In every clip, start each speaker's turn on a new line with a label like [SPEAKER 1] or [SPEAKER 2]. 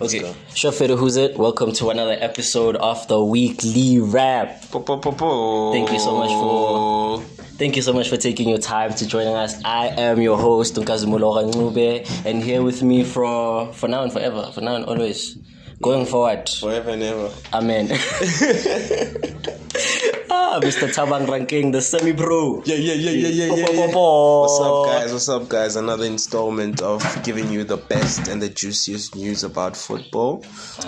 [SPEAKER 1] Okay, Shafir, who's it? Welcome to another episode of the weekly wrap.
[SPEAKER 2] Po, po, po, po.
[SPEAKER 1] Thank you so much for- Thank you so much for taking your time to joining us. I am your host, Nkazumulo Nube, and here with me for for now and forever, for now and always, going forward.
[SPEAKER 2] forever and ever.
[SPEAKER 1] Amen. ah, Mr. Tabang Ranking, the semi pro.
[SPEAKER 2] Yeah, yeah, yeah, yeah, yeah, yeah. yeah. What's up, guys? What's up, guys? Another installment of giving you the best and the juiciest news about football.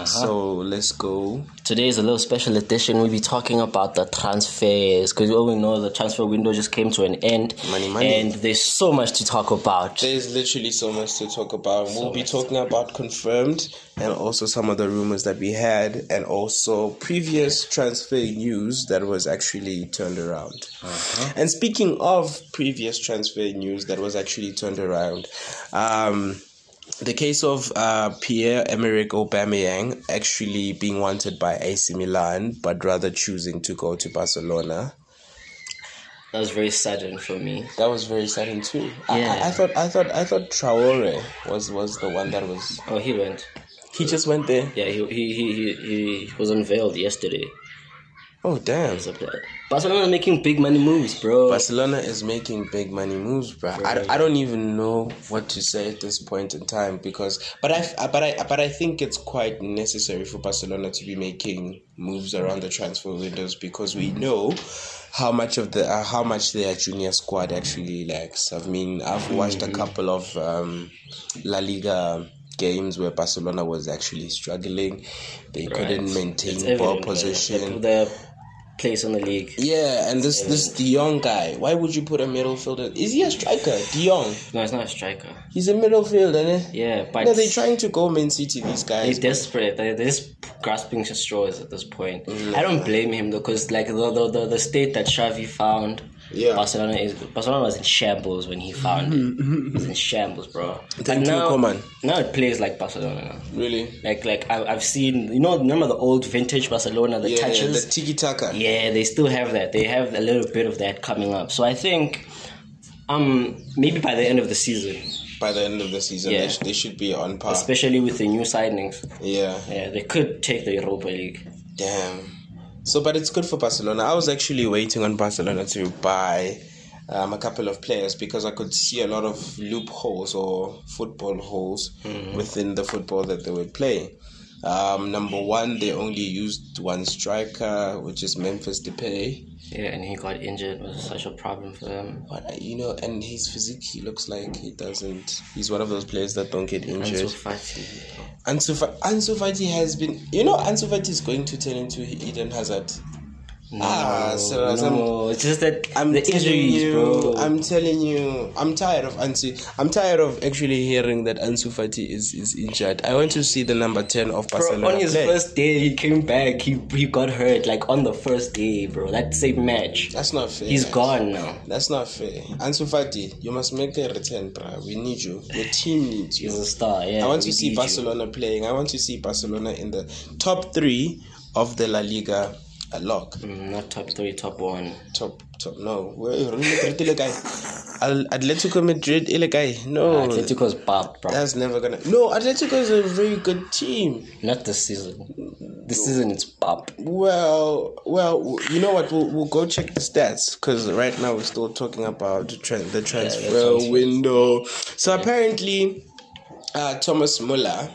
[SPEAKER 2] So let's go.
[SPEAKER 1] Today is a little special edition. We'll be talking about the transfers because we all know the transfer window just came to an end.
[SPEAKER 2] Money, money.
[SPEAKER 1] And there's so much to talk about.
[SPEAKER 2] There's literally so much to talk about. We'll be talking about confirmed and also some of the rumors that we had, and also previous transfer news that was actually turned around. And speaking of previous transfer news that was actually turned around, um, the case of uh, Pierre Emerick Aubameyang actually being wanted by AC Milan, but rather choosing to go to Barcelona.
[SPEAKER 1] That was very sudden for me.
[SPEAKER 2] That was very saddening too. I-
[SPEAKER 1] Yeah.
[SPEAKER 2] I, I thought I thought I thought Traore was was the one that was.
[SPEAKER 1] Oh, he went.
[SPEAKER 2] He just went there.
[SPEAKER 1] Yeah, he he he, he, he was unveiled yesterday.
[SPEAKER 2] Oh damn!
[SPEAKER 1] So, uh, Barcelona making big money moves, bro.
[SPEAKER 2] Barcelona is making big money moves, bro. I, I don't even know what to say at this point in time because, but I f- but I but I think it's quite necessary for Barcelona to be making moves around the transfer windows because we
[SPEAKER 1] Mm.
[SPEAKER 2] know how much of the uh, how much their junior squad actually lacks. I mean, I've watched
[SPEAKER 1] Mm.
[SPEAKER 2] a couple of um, La Liga games where Barcelona was actually struggling. They couldn't maintain
[SPEAKER 1] It's
[SPEAKER 2] ball
[SPEAKER 1] evident, bro.
[SPEAKER 2] position.
[SPEAKER 1] They put their place on the league.
[SPEAKER 2] Yeah, and this this De Jong guy. Why would you put a midfielder? Is he a striker? De Jong.
[SPEAKER 1] No, it's not a striker.
[SPEAKER 2] He's a midfielder. Eh?
[SPEAKER 1] Yeah, but
[SPEAKER 2] No, they're trying to go Man City. These guys.
[SPEAKER 1] He's desperate. They're, they're just grasping at straws at this point.
[SPEAKER 2] Mm.
[SPEAKER 1] I don't blame him though, because like the, the the the state that Xavi found,
[SPEAKER 2] Yeah.
[SPEAKER 1] Barcelona is Barcelona was in shambles when he found it. It was in shambles, bro.
[SPEAKER 2] Mm-hmm. Thank you,
[SPEAKER 1] now,
[SPEAKER 2] Coman.
[SPEAKER 1] Now it plays like Barcelona. Now.
[SPEAKER 2] Really.
[SPEAKER 1] Like like I, I've seen you know remember the old vintage Barcelona the
[SPEAKER 2] Yeah,
[SPEAKER 1] touches
[SPEAKER 2] the tiki taka.
[SPEAKER 1] yeah, they still have that. They have a little bit of that coming up. So I think, um, maybe by the end of the season,
[SPEAKER 2] By the end of the season,
[SPEAKER 1] Yeah.
[SPEAKER 2] they, sh- they should be on par.
[SPEAKER 1] especially with the new signings,
[SPEAKER 2] Yeah.
[SPEAKER 1] yeah, they could take the Europa League.
[SPEAKER 2] Damn. So, but it's good for Barcelona. I was actually waiting on Barcelona to buy um, a couple of players because I could see a lot of loopholes or football holes
[SPEAKER 1] Mm-hmm.
[SPEAKER 2] within the football that they were playing. Um, number one, they only used one striker, which is Memphis Depay.
[SPEAKER 1] Yeah, and he got injured. It was such a problem for them.
[SPEAKER 2] But uh, you know, and his physique, he looks like he doesn't. He's one of those players that don't get
[SPEAKER 1] And so
[SPEAKER 2] injured.
[SPEAKER 1] Fati,
[SPEAKER 2] Ansu, Fa- Ansu Fati has been, you know, Ansu Fati is going to turn into Eden Hazard.
[SPEAKER 1] no,
[SPEAKER 2] Ah, so some-
[SPEAKER 1] Oh, no, it's just that
[SPEAKER 2] I'm
[SPEAKER 1] the
[SPEAKER 2] telling
[SPEAKER 1] injuries,
[SPEAKER 2] you,
[SPEAKER 1] bro.
[SPEAKER 2] I'm telling you, I'm tired of Ansu. I'm tired of actually hearing that Ansu Fati is, is injured. I want to see the number ten of Barcelona
[SPEAKER 1] Bro, on his
[SPEAKER 2] play.
[SPEAKER 1] first day, he came back. He he got hurt like on the first day, bro. That same match,
[SPEAKER 2] That's not fair.
[SPEAKER 1] he's
[SPEAKER 2] man.
[SPEAKER 1] gone now.
[SPEAKER 2] That's not fair. Ansu Fati, you must make a return, bruh. We need you. Your team needs you.
[SPEAKER 1] He's a star. Yeah,
[SPEAKER 2] I want to
[SPEAKER 1] we
[SPEAKER 2] see
[SPEAKER 1] need you.
[SPEAKER 2] Barcelona playing. I want to see Barcelona in the top three of the La Liga. A lock.
[SPEAKER 1] Mm, not top three, top one.
[SPEAKER 2] Top, top. No. Wait, Real Madrid, ile kae? Al- Atletico Madrid, ile kae? No.
[SPEAKER 1] Atletico's bad, bro.
[SPEAKER 2] That's never gonna. No, Atletico is a very good team.
[SPEAKER 1] Not this season. This season it's bop.
[SPEAKER 2] Well, well, you know what? We'll, we'll go check the stats because right now we're still talking about the, tran the transfer
[SPEAKER 1] transfers.
[SPEAKER 2] window. So apparently, uh, Thomas Muller,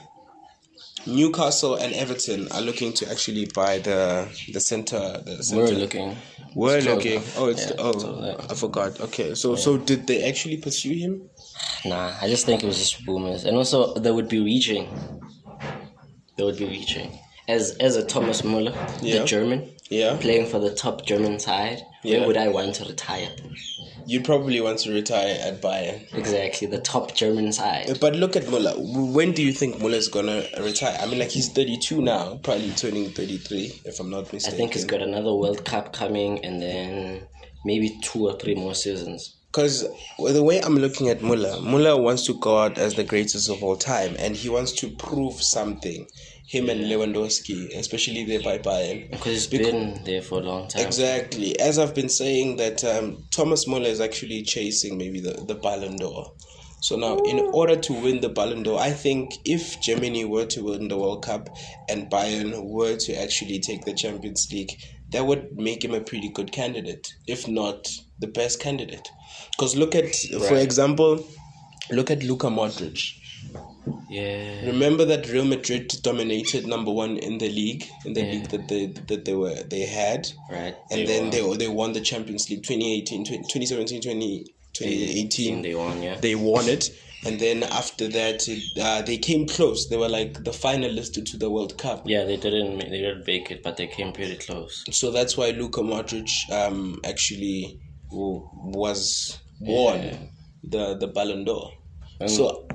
[SPEAKER 2] Newcastle and Everton are looking to actually buy the the center. The
[SPEAKER 1] We're
[SPEAKER 2] center.
[SPEAKER 1] looking.
[SPEAKER 2] We're
[SPEAKER 1] It's close.
[SPEAKER 2] looking. Oh, it's
[SPEAKER 1] Yeah,
[SPEAKER 2] oh,
[SPEAKER 1] it's all right.
[SPEAKER 2] I forgot. Okay, so so did they actually pursue him?
[SPEAKER 1] Nah, I just think it was just rumors, and also they would be reaching. They would be reaching as as a Thomas Muller,
[SPEAKER 2] Yeah.
[SPEAKER 1] the German,
[SPEAKER 2] Yeah,
[SPEAKER 1] playing for the top German side.
[SPEAKER 2] Yeah.
[SPEAKER 1] Where would I want to retire?
[SPEAKER 2] you'd probably want to retire at Bayern.
[SPEAKER 1] Exactly, the top German side.
[SPEAKER 2] But look at Muller. When do you think Muller's gonna retire? I mean, like he's thirty-two now, probably turning thirty-three, if I'm not
[SPEAKER 1] I
[SPEAKER 2] mistaken.
[SPEAKER 1] think he's got another World Cup coming, and then maybe two or three more seasons.
[SPEAKER 2] because the way I'm looking at Muller, Muller wants to go out as the greatest of all time, and he wants to prove something. Him and Lewandowski, especially there by Bayern.
[SPEAKER 1] Because he's been there for a long time.
[SPEAKER 2] Exactly. As I've been saying, that um, Thomas Muller is actually chasing maybe the, the Ballon d'Or. So now, in
[SPEAKER 1] Mm.
[SPEAKER 2] order to win the Ballon d'Or, I think if Germany were to win the World Cup and Bayern were to actually take the Champions League, that would make him a pretty good candidate, if not the best candidate. Because look at, for
[SPEAKER 1] Right.
[SPEAKER 2] example, look at Luka Modric.
[SPEAKER 1] Yeah.
[SPEAKER 2] Remember that Real Madrid dominated number one in the league in the
[SPEAKER 1] Yeah.
[SPEAKER 2] league that they that they were they had,
[SPEAKER 1] Right.
[SPEAKER 2] and then they they won the Champions League 2018, 2017, 20, 2018
[SPEAKER 1] they won. Yeah.
[SPEAKER 2] they won it and then after that it, uh, they came close they were like the finalist to the world cup
[SPEAKER 1] yeah, they didn't. ma- They didn't make it, but they came pretty close.
[SPEAKER 2] so that's why luka modric um, actually w- was won
[SPEAKER 1] Yeah.
[SPEAKER 2] the, the ballon d'or so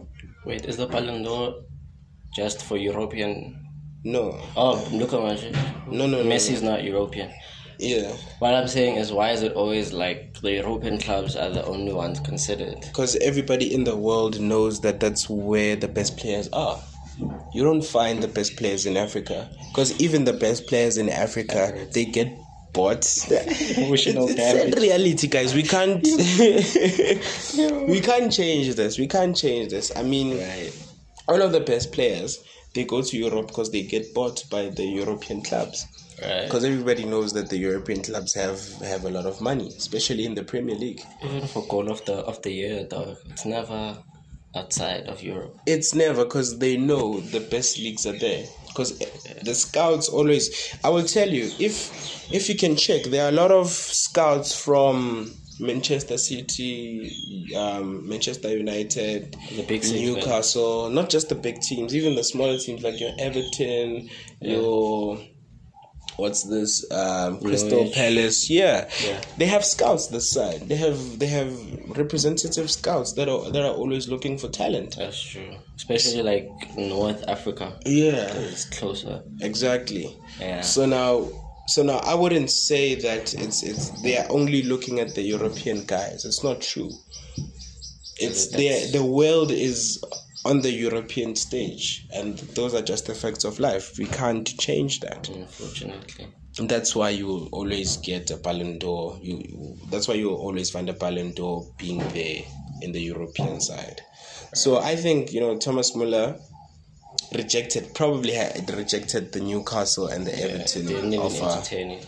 [SPEAKER 1] Wait, is the Ballon d'Or just for European?
[SPEAKER 2] no
[SPEAKER 1] Oh, look at Messi.
[SPEAKER 2] no no no
[SPEAKER 1] Messi's not European.
[SPEAKER 2] yeah
[SPEAKER 1] What I'm saying is, why is it always like the European clubs are the only ones considered?
[SPEAKER 2] because everybody in the world knows that that's where the best players are you don't find the best players in africa because even the best players in africa they get bought
[SPEAKER 1] Emotional
[SPEAKER 2] It's- it's sad reality guys we can't we can't change this we can't change this i mean
[SPEAKER 1] Right.
[SPEAKER 2] all of the best players they go to europe because they get bought by the european clubs
[SPEAKER 1] Right.
[SPEAKER 2] because everybody knows that the european clubs have have a lot of money especially in the premier league
[SPEAKER 1] Even for goal of the of the year, dog, it's never outside of Europe.
[SPEAKER 2] it's never because they know the best leagues are there because the scouts always i will tell you if if you can check there are a lot of scouts from manchester city um, manchester united
[SPEAKER 1] The big six, man.
[SPEAKER 2] newcastle not just the big teams even the smaller teams like your everton your what's this um, crystal
[SPEAKER 1] Norwich.
[SPEAKER 2] palace yeah.
[SPEAKER 1] Yeah.
[SPEAKER 2] they have scouts this side they have they have representative scouts that are that are always looking for talent
[SPEAKER 1] That's true. Especially like North Africa.
[SPEAKER 2] yeah,
[SPEAKER 1] It's closer.
[SPEAKER 2] exactly.
[SPEAKER 1] Yeah.
[SPEAKER 2] So now, so now I wouldn't say that it's it's they are only looking at the European guys. It's not true. It's
[SPEAKER 1] That's-
[SPEAKER 2] the the world is on the European stage, and those are just the facts of life. We can't change that.
[SPEAKER 1] Unfortunately.
[SPEAKER 2] And that's why you will always get a Ballon d'Or. You, you that's why you will always find a Ballon d'Or being there in the European side. So I think you know Thomas Muller rejected probably had rejected the Newcastle and the Everton
[SPEAKER 1] They didn't even
[SPEAKER 2] offer.
[SPEAKER 1] entertain it.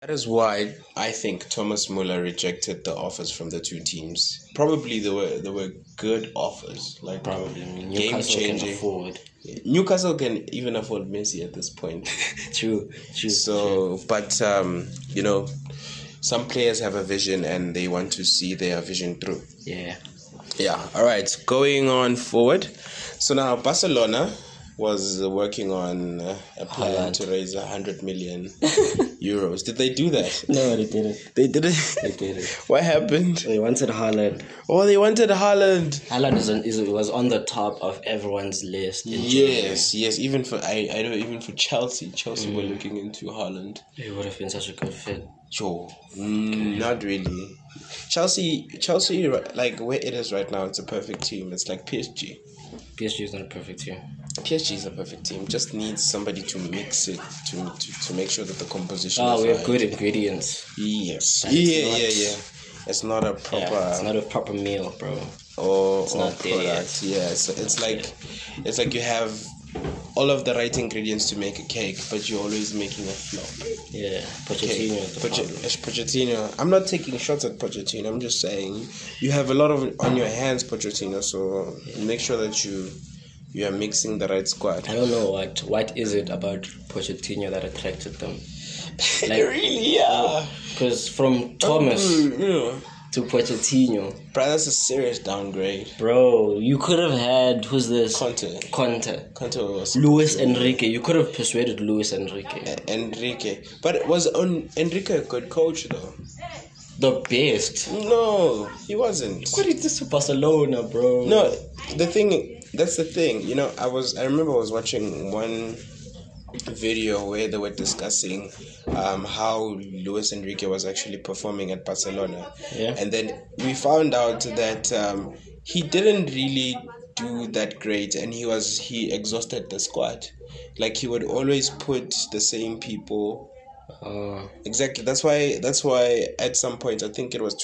[SPEAKER 2] That is why I think Thomas Muller rejected the offers from the two teams. Probably they were they were good offers, like
[SPEAKER 1] Probably. I mean,
[SPEAKER 2] game
[SPEAKER 1] Newcastle can
[SPEAKER 2] changing.
[SPEAKER 1] afford.
[SPEAKER 2] Newcastle can even afford Messi at this point.
[SPEAKER 1] True. True.
[SPEAKER 2] So, but um, you know, some players have a vision and they want to see their vision through.
[SPEAKER 1] yeah.
[SPEAKER 2] Yeah. All right. Going on forward. So now Barcelona was working on uh, a
[SPEAKER 1] Haaland.
[SPEAKER 2] plan to raise a hundred million euros. Did they do that?
[SPEAKER 1] No, they didn't.
[SPEAKER 2] They didn't.
[SPEAKER 1] They didn't.
[SPEAKER 2] what happened?
[SPEAKER 1] They wanted Haaland.
[SPEAKER 2] Oh, they wanted Haaland.
[SPEAKER 1] Haaland is on, is, was on the top of everyone's list. in January.
[SPEAKER 2] Yes, yes. Even for I, I know even for Chelsea, Chelsea
[SPEAKER 1] Mm.
[SPEAKER 2] were looking into Haaland.
[SPEAKER 1] He would have been such a good fit.
[SPEAKER 2] Sure. Mm, not really. Chelsea, Chelsea, ri- like where it is right now, it's a perfect team. It's like PSG.
[SPEAKER 1] PSG is not a perfect team.
[SPEAKER 2] PSG is a perfect team. Just needs somebody to mix it to to, to make sure that the composition.
[SPEAKER 1] Oh,
[SPEAKER 2] is
[SPEAKER 1] we have
[SPEAKER 2] right.
[SPEAKER 1] good ingredients.
[SPEAKER 2] Yes.
[SPEAKER 1] But it's
[SPEAKER 2] Yeah,
[SPEAKER 1] not-
[SPEAKER 2] yeah, yeah. It's not a proper
[SPEAKER 1] Yeah, it's not a proper meal, bro.
[SPEAKER 2] or, or
[SPEAKER 1] not there
[SPEAKER 2] product. Yeah. So it's like it's like you have all of the right ingredients to make a cake, but you're always making a flop.
[SPEAKER 1] Yeah,
[SPEAKER 2] Okay,
[SPEAKER 1] Pochettino is the
[SPEAKER 2] Poche-
[SPEAKER 1] problem.
[SPEAKER 2] it's Pochettino. I'm not taking shots at Pochettino. I'm just saying you have a lot of on your hands, Pochettino. So make sure that you you are mixing the right squad.
[SPEAKER 1] I don't know what what is it about Pochettino that attracted them.
[SPEAKER 2] They really, yeah.
[SPEAKER 1] Because from Thomas
[SPEAKER 2] Mm, yeah.
[SPEAKER 1] to Pochettino,
[SPEAKER 2] Bro, that's a serious downgrade.
[SPEAKER 1] bro, you could have had who's this
[SPEAKER 2] Conte,
[SPEAKER 1] Conte,
[SPEAKER 2] Conte was
[SPEAKER 1] Luis Enrique. You could have persuaded Luis Enrique,
[SPEAKER 2] Enrique, but was on Enrique a good coach though?
[SPEAKER 1] the best.
[SPEAKER 2] No, he wasn't.
[SPEAKER 1] What is this to Barcelona, bro?
[SPEAKER 2] No, the thing that's the thing. You know, I was I remember I was watching one video where they were discussing um, how Luis Enrique was actually performing at Barcelona,
[SPEAKER 1] Yeah.
[SPEAKER 2] and then we found out that um, he didn't really do that great, and he was he exhausted the squad. Like he would always put the same people
[SPEAKER 1] Oh,
[SPEAKER 2] Exactly. That's why that's why at some point I think it was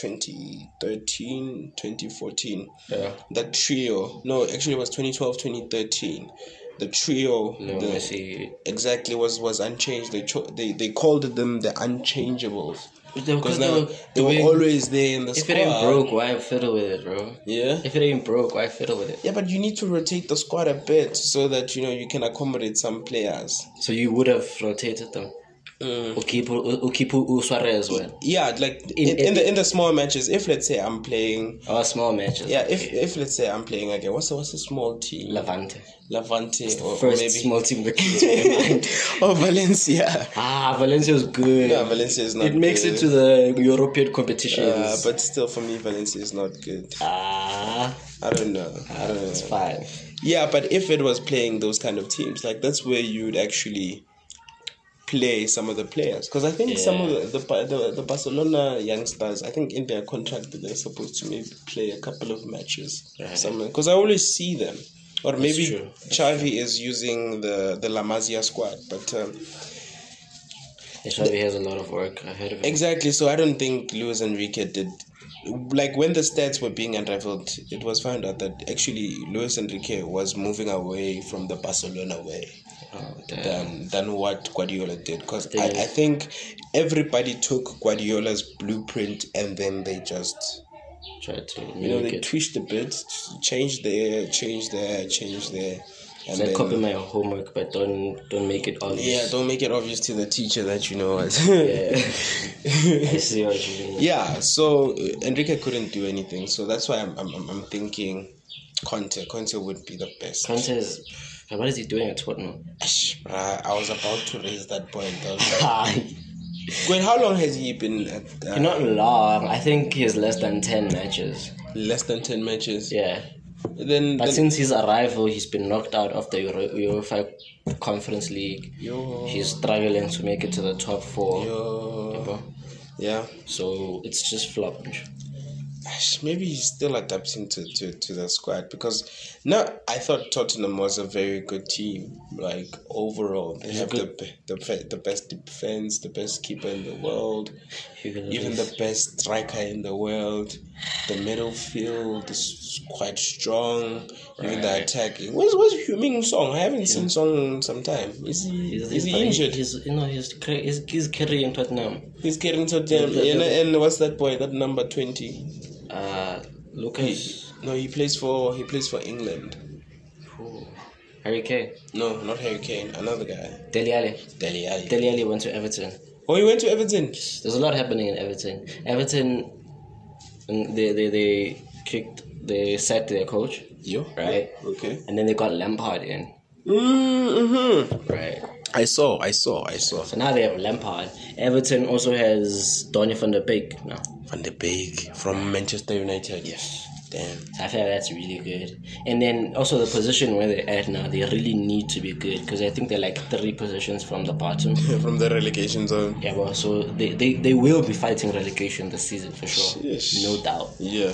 [SPEAKER 2] 2013, 2014,
[SPEAKER 1] yeah.
[SPEAKER 2] the trio. No, actually it was 2012, 2013. The trio
[SPEAKER 1] No,
[SPEAKER 2] the-
[SPEAKER 1] I see.
[SPEAKER 2] exactly was was unchanged. They cho- they they called them the unchangeables because
[SPEAKER 1] Because
[SPEAKER 2] they were, they were always there in the
[SPEAKER 1] If
[SPEAKER 2] squad.
[SPEAKER 1] it ain't broke, why fiddle with it, bro?
[SPEAKER 2] yeah.
[SPEAKER 1] If it ain't broke, why fiddle with it?
[SPEAKER 2] Yeah, but you need to rotate the squad a bit so that you know you can accommodate some players. Mm.
[SPEAKER 1] So you would have rotated them. Ukipu Ukipu U Suarez went.
[SPEAKER 2] Yeah, like in,
[SPEAKER 1] In-
[SPEAKER 2] in, the in the small matches, if let's say I'm playing,
[SPEAKER 1] Our Oh, small matches.
[SPEAKER 2] yeah, if if let's say I'm playing again, what's a, what's a small team?
[SPEAKER 1] Levante.
[SPEAKER 2] Levante or, or
[SPEAKER 1] First
[SPEAKER 2] maybe
[SPEAKER 1] small team that came to my mind.
[SPEAKER 2] or Valencia.
[SPEAKER 1] Ah, Valencia's good.
[SPEAKER 2] Yeah, Valencia is not.
[SPEAKER 1] it makes
[SPEAKER 2] good.
[SPEAKER 1] it to the European competitions.
[SPEAKER 2] Uh, but still, for me, Valencia is not good.
[SPEAKER 1] ah,
[SPEAKER 2] I don't know. I don't know.
[SPEAKER 1] it's fine.
[SPEAKER 2] Yeah, but if it was playing those kind of teams, like that's where you'd actually play some of the players. Because I think some of the the, Ba- the the Barcelona youngsters, I think in their contract they're supposed to maybe play a couple of matches.
[SPEAKER 1] Right.
[SPEAKER 2] Because I always see them, or maybe
[SPEAKER 1] true.
[SPEAKER 2] Xavi is using the the La Masia squad. But um,
[SPEAKER 1] Xavi has a lot of work ahead of him.
[SPEAKER 2] exactly, so I don't think Luis Enrique did. Like when the stats were being unraveled, it was found out that actually Luis Enrique was moving away from the Barcelona way.
[SPEAKER 1] Oh, damn.
[SPEAKER 2] than than what Guardiola did because I,
[SPEAKER 1] Yeah.
[SPEAKER 2] I think everybody took Guardiola's blueprint and then they just
[SPEAKER 1] Try to
[SPEAKER 2] you know
[SPEAKER 1] mimic
[SPEAKER 2] they
[SPEAKER 1] it.
[SPEAKER 2] twitched a bit, changed there, changed there, changed there, and
[SPEAKER 1] Like
[SPEAKER 2] then uh,
[SPEAKER 1] copy my homework, but don't don't make it
[SPEAKER 2] yeah,
[SPEAKER 1] obvious.
[SPEAKER 2] don't make it obvious to the teacher that you know it.
[SPEAKER 1] I see what you mean.
[SPEAKER 2] yeah, so uh, Enrique couldn't do anything, so that's why I'm I'm, I'm- I'm thinking Conte Conte would be the best.
[SPEAKER 1] Conte is. What is he doing at Tottenham?
[SPEAKER 2] I, Uh, I was about to raise that point. I was like,
[SPEAKER 1] Ah,
[SPEAKER 2] Wait, how long has he been at uh,
[SPEAKER 1] not long. I think he has less than ten matches.
[SPEAKER 2] less than ten matches?
[SPEAKER 1] Yeah,
[SPEAKER 2] Then,
[SPEAKER 1] but
[SPEAKER 2] then
[SPEAKER 1] since his arrival, he's been knocked out of the Euro- UEFA Conference League.
[SPEAKER 2] Yo.
[SPEAKER 1] He's struggling to make it to the top four.
[SPEAKER 2] Yo. Yeah.
[SPEAKER 1] So it's just flop.
[SPEAKER 2] Ash, Maybe he's still adapting to, to, to the squad because now I thought Tottenham was a very good team. Like overall, they have the, be- the fe- the best defense, the best keeper in the world, even the best striker in the world. The middle field is quite strong. Even the attacking. Where's Where's Huming Song? I haven't seen Song in some time. Is he
[SPEAKER 1] He's,
[SPEAKER 2] is
[SPEAKER 1] he's,
[SPEAKER 2] he injured?
[SPEAKER 1] He's, you know, he's, cra- he's, he's carrying Tottenham.
[SPEAKER 2] He's getting so damn.
[SPEAKER 1] Yeah,
[SPEAKER 2] And, and what's that boy? That number twenty.
[SPEAKER 1] Uh, Lucas.
[SPEAKER 2] No, he plays for he plays for England.
[SPEAKER 1] Ooh. Harry Kane.
[SPEAKER 2] No, not Harry Kane. Another guy.
[SPEAKER 1] Deli Ali.
[SPEAKER 2] Deli Ali.
[SPEAKER 1] Deli Ali went to Everton.
[SPEAKER 2] oh, he went to Everton.
[SPEAKER 1] There's a lot happening in Everton. Everton, mm, they, they, they kicked, they sacked their coach,
[SPEAKER 2] Yo.
[SPEAKER 1] right?
[SPEAKER 2] Okay.
[SPEAKER 1] And then they got Lampard in,
[SPEAKER 2] Mm-hmm.
[SPEAKER 1] right?
[SPEAKER 2] I saw. I saw. I saw.
[SPEAKER 1] So now they have Lampard. Everton also has Donny van der Beek now.
[SPEAKER 2] Van de Beek from Manchester United. Yes. Damn.
[SPEAKER 1] So I feel that's really good. And then also the position where they're at now, they really need to be good because I think they're like three positions from the bottom.
[SPEAKER 2] From the relegation zone.
[SPEAKER 1] Yeah, well, so they, they, they will be fighting relegation this season for sure,
[SPEAKER 2] Sheesh.
[SPEAKER 1] no doubt.
[SPEAKER 2] Yeah.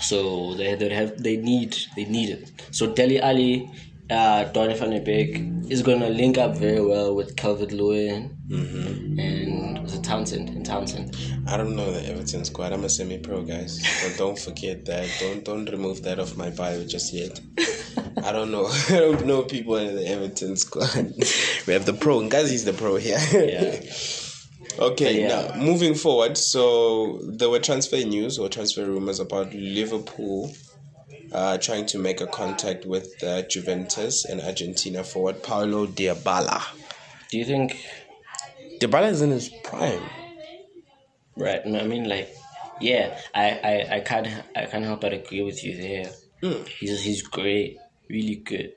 [SPEAKER 1] So they they have they need they need it. So Deli Ali, uh, Donny van der Beek is gonna link up very well with Calvert Lewin
[SPEAKER 2] Mm-hmm.
[SPEAKER 1] and was it Townsend and Townsend.
[SPEAKER 2] I don't know the Everton squad. I'm a semi-pro, guys. So don't forget that. Don't don't remove that off my bio just yet. I don't know. I don't know people in the Everton squad. we have the pro. Ngazi's the pro here.
[SPEAKER 1] Yeah.
[SPEAKER 2] Okay,
[SPEAKER 1] Yeah.
[SPEAKER 2] now moving forward. So there were transfer news or transfer rumors about Liverpool uh, trying to make a contact with uh, Juventus and Argentina forward Paulo Dybala.
[SPEAKER 1] Do you think?
[SPEAKER 2] Dybala is in his prime.
[SPEAKER 1] Right. no, I mean, like, yeah. I I, I can't I can't help but agree with you there.
[SPEAKER 2] Mm.
[SPEAKER 1] He's he's great, really good.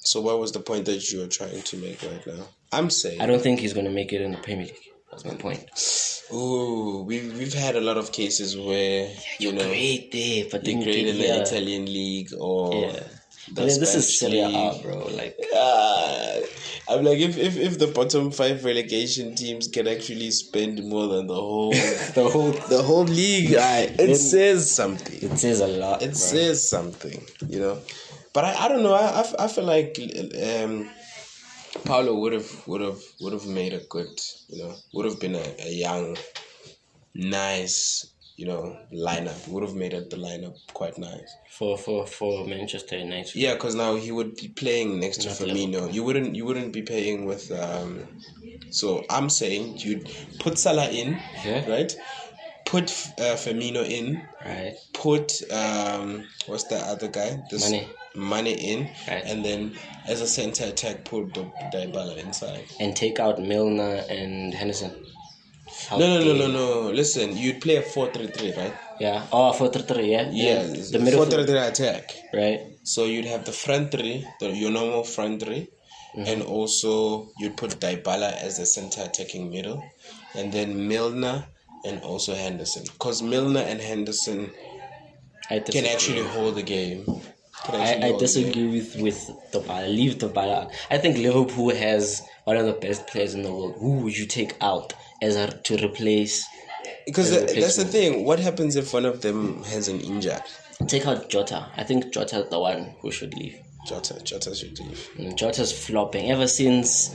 [SPEAKER 2] So what was the point that you were trying to make right now? I'm saying.
[SPEAKER 1] I don't think he's gonna make it in the Premier League. That's my point.
[SPEAKER 2] Ooh, we've we've had a lot of cases where you know
[SPEAKER 1] Great there, but then
[SPEAKER 2] you
[SPEAKER 1] you
[SPEAKER 2] grade in
[SPEAKER 1] get
[SPEAKER 2] the
[SPEAKER 1] here.
[SPEAKER 2] Italian league or
[SPEAKER 1] Yeah.
[SPEAKER 2] the
[SPEAKER 1] But then this is
[SPEAKER 2] Spanish
[SPEAKER 1] Serie A,
[SPEAKER 2] league.
[SPEAKER 1] bro. Like.
[SPEAKER 2] Ah, I'm like if, if if the bottom five relegation teams can actually spend more than the whole
[SPEAKER 1] The whole
[SPEAKER 2] the whole league, I, it says something.
[SPEAKER 1] It says a lot.
[SPEAKER 2] It says something, you know. But I, I don't know. I, I f- I feel like um, Paulo would have would have would have made a good, you know, would have been a, a young, nice, you know, lineup. Would have made it the lineup quite nice.
[SPEAKER 1] for for for Manchester United.
[SPEAKER 2] Yeah, because now he would be playing next to
[SPEAKER 1] Not
[SPEAKER 2] Firmino. You wouldn't you wouldn't be playing with um so I'm saying you'd put Salah in,
[SPEAKER 1] Yeah.
[SPEAKER 2] right? Put uh, Firmino in,
[SPEAKER 1] Right.
[SPEAKER 2] put um what's the other guy? This
[SPEAKER 1] Mane.
[SPEAKER 2] money in
[SPEAKER 1] Right.
[SPEAKER 2] and then as a center attack put the Dybala inside.
[SPEAKER 1] And take out Milner and Henderson. How
[SPEAKER 2] No no no
[SPEAKER 1] they-
[SPEAKER 2] no no. Listen, you'd play a four three three, right?
[SPEAKER 1] Yeah. Oh, 4-3-3, yeah.
[SPEAKER 2] Yeah,
[SPEAKER 1] And
[SPEAKER 2] the
[SPEAKER 1] The middle.
[SPEAKER 2] four three three attack.
[SPEAKER 1] right.
[SPEAKER 2] So you'd have the front three, the, your normal front 3
[SPEAKER 1] Mm.
[SPEAKER 2] and also you'd put Dybala as the center attacking middle, and then Milner and also Henderson, because Milner and Henderson
[SPEAKER 1] I
[SPEAKER 2] can
[SPEAKER 1] disagree.
[SPEAKER 2] actually hold the game. Can actually
[SPEAKER 1] I, I
[SPEAKER 2] hold the game.
[SPEAKER 1] disagree with with Dybala. Leave Dybala. out. I think Liverpool has one of the best players in the world. Who would you take out as a, to replace?
[SPEAKER 2] Because
[SPEAKER 1] As a
[SPEAKER 2] tha- that's the thing. What happens if one of them has an injury?
[SPEAKER 1] Take out Jota. I think Jota is the one who should leave.
[SPEAKER 2] Jota, Jota should leave.
[SPEAKER 1] And Jota's flopping ever since.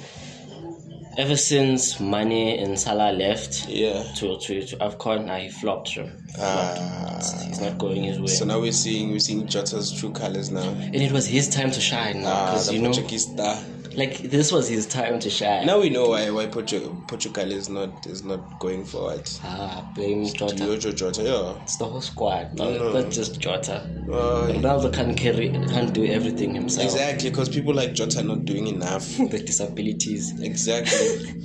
[SPEAKER 1] Ever since Mane and Salah left
[SPEAKER 2] Yeah.
[SPEAKER 1] to to, to Afcon, now he flopped. Sure.
[SPEAKER 2] Ah.
[SPEAKER 1] He's not going his way.
[SPEAKER 2] so now we're seeing we're seeing Jota's true colors now.
[SPEAKER 1] and it was his time to shine now,
[SPEAKER 2] Ah,
[SPEAKER 1] because
[SPEAKER 2] the
[SPEAKER 1] you know,
[SPEAKER 2] Portuguese star.
[SPEAKER 1] like this was his time to shine.
[SPEAKER 2] Now we know why why Portu- Portugal is not is not going forward.
[SPEAKER 1] Ah, blame Jota.
[SPEAKER 2] Jojo Jota, yeah.
[SPEAKER 1] It's the whole squad, not, not just Jota.
[SPEAKER 2] Uh,
[SPEAKER 1] Ronaldo can't carry, can't do everything himself.
[SPEAKER 2] exactly, because people like Jota are not doing enough.
[SPEAKER 1] The disabilities.
[SPEAKER 2] Exactly.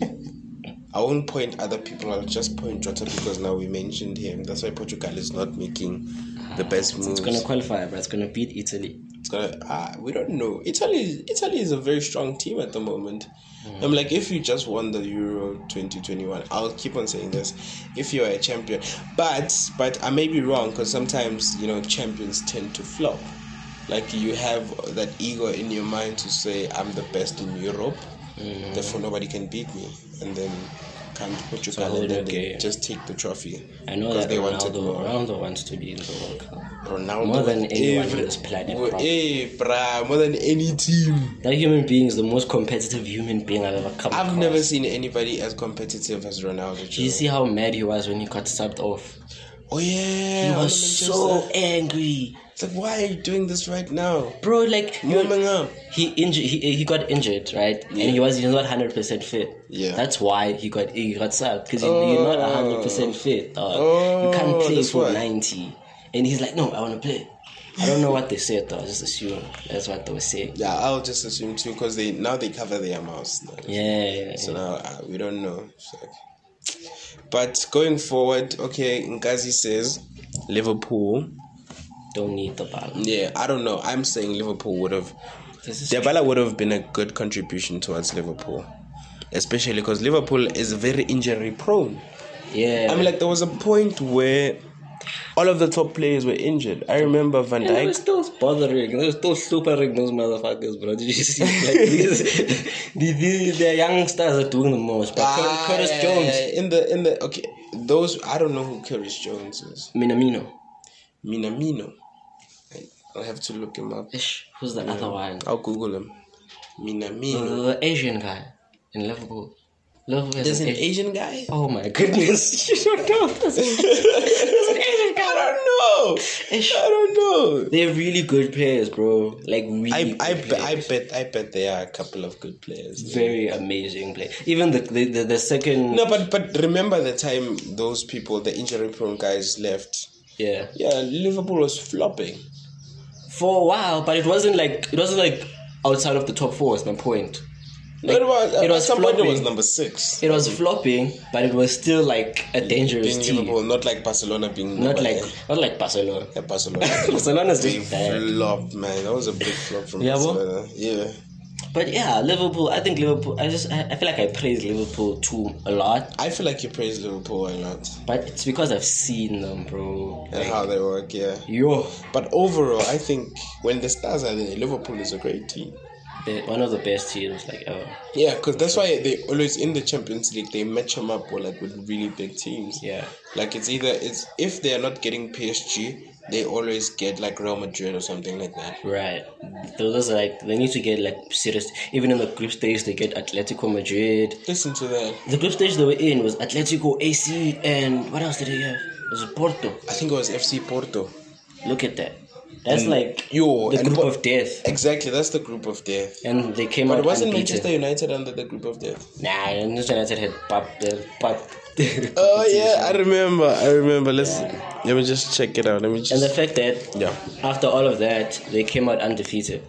[SPEAKER 2] I won't point other people, I'll just point Jota because now we mentioned him. That's why Portugal is not making the best moves.
[SPEAKER 1] It's gonna qualify, but it's gonna beat Italy.
[SPEAKER 2] It's gonna- ah, we don't know. Italy Italy is a very strong team at the moment. I'm like, if you just won the Euro 2021, I'll keep on saying this. If you're a champion, but but I may be wrong because sometimes you know champions tend to flop. Like you have that ego in your mind to say I'm the best in Europe,
[SPEAKER 1] Mm.
[SPEAKER 2] therefore nobody can beat me, and then come to Portugal
[SPEAKER 1] whole
[SPEAKER 2] and then
[SPEAKER 1] new
[SPEAKER 2] they
[SPEAKER 1] game.
[SPEAKER 2] just take the trophy.
[SPEAKER 1] I know
[SPEAKER 2] 'Cause
[SPEAKER 1] that
[SPEAKER 2] they wanted
[SPEAKER 1] Ronaldo,
[SPEAKER 2] more.
[SPEAKER 1] Ronaldo wants to be in the World Cup.
[SPEAKER 2] Ronaldo
[SPEAKER 1] More than anyone
[SPEAKER 2] every-
[SPEAKER 1] on this planet,
[SPEAKER 2] Well,
[SPEAKER 1] bro.
[SPEAKER 2] eh, bruh, more than any team.
[SPEAKER 1] That human being is the most competitive human being I've ever come
[SPEAKER 2] I've
[SPEAKER 1] across.
[SPEAKER 2] never seen anybody as competitive as Ronaldo.
[SPEAKER 1] Do you
[SPEAKER 2] Joe.
[SPEAKER 1] see how mad he was when he got subbed off?
[SPEAKER 2] Oh yeah,
[SPEAKER 1] He
[SPEAKER 2] on the
[SPEAKER 1] was so
[SPEAKER 2] Manchester.
[SPEAKER 1] angry,
[SPEAKER 2] It's like, why are you doing this right now?
[SPEAKER 1] bro. Like you're-
[SPEAKER 2] Warming up.
[SPEAKER 1] he injured he, he got injured right and he was he's not 100% fit
[SPEAKER 2] Yeah.
[SPEAKER 1] that's why he got he got sacked because you're not 100% fit dog.
[SPEAKER 2] Oh,
[SPEAKER 1] you can't play
[SPEAKER 2] that's
[SPEAKER 1] for
[SPEAKER 2] why.
[SPEAKER 1] 90 and he's like no I want to play I don't know what they said though I just assume that's what they were saying
[SPEAKER 2] Yeah, I'll just assume too, cause they now they cover their mouths. now.
[SPEAKER 1] yeah
[SPEAKER 2] So now uh, we don't know. It's like- But going forward, okay, Ngazi says Liverpool.
[SPEAKER 1] don't need the ball
[SPEAKER 2] Yeah, I don't know. I'm saying Liverpool would have
[SPEAKER 1] this is
[SPEAKER 2] Dybala would have been a good contribution towards Liverpool, especially because Liverpool is very injury prone.
[SPEAKER 1] yeah
[SPEAKER 2] I mean, like there was a point where all of the top players were injured. I remember Van
[SPEAKER 1] and they were
[SPEAKER 2] Dijk.
[SPEAKER 1] still bothering. They were still supering those motherfuckers, bro. Did you see? Like these, the, the, the youngsters are doing the most. But
[SPEAKER 2] Ah,
[SPEAKER 1] Cur- Curtis Jones,
[SPEAKER 2] in the in the okay, those I don't know who Curtis Jones is.
[SPEAKER 1] Minamino,
[SPEAKER 2] Minamino. I- I'll have to look him up.
[SPEAKER 1] Ish, who's the other one?
[SPEAKER 2] I'll Google him. Minamino.
[SPEAKER 1] the Asian guy in Liverpool. Liverpool has
[SPEAKER 2] There's
[SPEAKER 1] an
[SPEAKER 2] an
[SPEAKER 1] Asian.
[SPEAKER 2] Asian guy.
[SPEAKER 1] Oh my goodness, you don't know this. There's an Asian
[SPEAKER 2] I
[SPEAKER 1] guy.
[SPEAKER 2] don't know.
[SPEAKER 1] Ish.
[SPEAKER 2] I don't know.
[SPEAKER 1] They're really good players, bro. Like really,
[SPEAKER 2] I, I,
[SPEAKER 1] good
[SPEAKER 2] bet- I
[SPEAKER 1] players.
[SPEAKER 2] bet I bet there are a couple of good players.
[SPEAKER 1] very amazing play. Even the the, the, the second,
[SPEAKER 2] No, but but remember the time those people, the injury prone guys, left.
[SPEAKER 1] yeah,
[SPEAKER 2] Yeah, Liverpool was flopping.
[SPEAKER 1] for a while, but it wasn't like it wasn't like outside of the top four. Is my point.
[SPEAKER 2] No, it was,
[SPEAKER 1] it
[SPEAKER 2] it
[SPEAKER 1] was
[SPEAKER 2] was somebody
[SPEAKER 1] flopping.
[SPEAKER 2] was number six.
[SPEAKER 1] It was flopping, but it was still like a dangerous
[SPEAKER 2] Being
[SPEAKER 1] team.
[SPEAKER 2] Liverpool, not like Barcelona being
[SPEAKER 1] Not
[SPEAKER 2] number
[SPEAKER 1] like
[SPEAKER 2] eight.
[SPEAKER 1] not like Barcelona.
[SPEAKER 2] Yeah, Barcelona.
[SPEAKER 1] Barcelona's
[SPEAKER 2] they
[SPEAKER 1] just bad.
[SPEAKER 2] flopped, man. That was a big flop from
[SPEAKER 1] Yeah, bro?
[SPEAKER 2] Barcelona. Yeah.
[SPEAKER 1] But yeah, Liverpool. I think Liverpool. I just I, I feel like I praise Liverpool too a lot,
[SPEAKER 2] I feel like you praise Liverpool a lot
[SPEAKER 1] but it's because I've seen them, bro.
[SPEAKER 2] and how they work. Yeah.
[SPEAKER 1] Yo,
[SPEAKER 2] But overall, I think when the stars are there, Liverpool is a great team.
[SPEAKER 1] they're one of the best teams like ever.
[SPEAKER 2] Yeah, because that's why they always in the Champions League they match them up or like with really big teams.
[SPEAKER 1] Yeah,
[SPEAKER 2] Like it's either it's if they are not getting PSG, they always get like Real Madrid or something like that.
[SPEAKER 1] Right. Those are like they need to get like serious. Even in the group stage, they get Atletico Madrid.
[SPEAKER 2] Listen to that.
[SPEAKER 1] The group stage they were in was Atletico, AC, and what else did they have? It was Porto.
[SPEAKER 2] I think it was FC Porto.
[SPEAKER 1] Look at that. That's like
[SPEAKER 2] yo,
[SPEAKER 1] the
[SPEAKER 2] and
[SPEAKER 1] group
[SPEAKER 2] Por-
[SPEAKER 1] of death.
[SPEAKER 2] Exactly, that's the group of death.
[SPEAKER 1] And they came
[SPEAKER 2] But
[SPEAKER 1] out
[SPEAKER 2] it wasn't
[SPEAKER 1] unbeaten.
[SPEAKER 2] Manchester United under the group of death.
[SPEAKER 1] Nah, Manchester United had pop, uh, pop.
[SPEAKER 2] Oh yeah, I remember. I remember. Let's let me just check it out. Let me just.
[SPEAKER 1] And the fact that
[SPEAKER 2] yeah,
[SPEAKER 1] after all of that, they came out undefeated.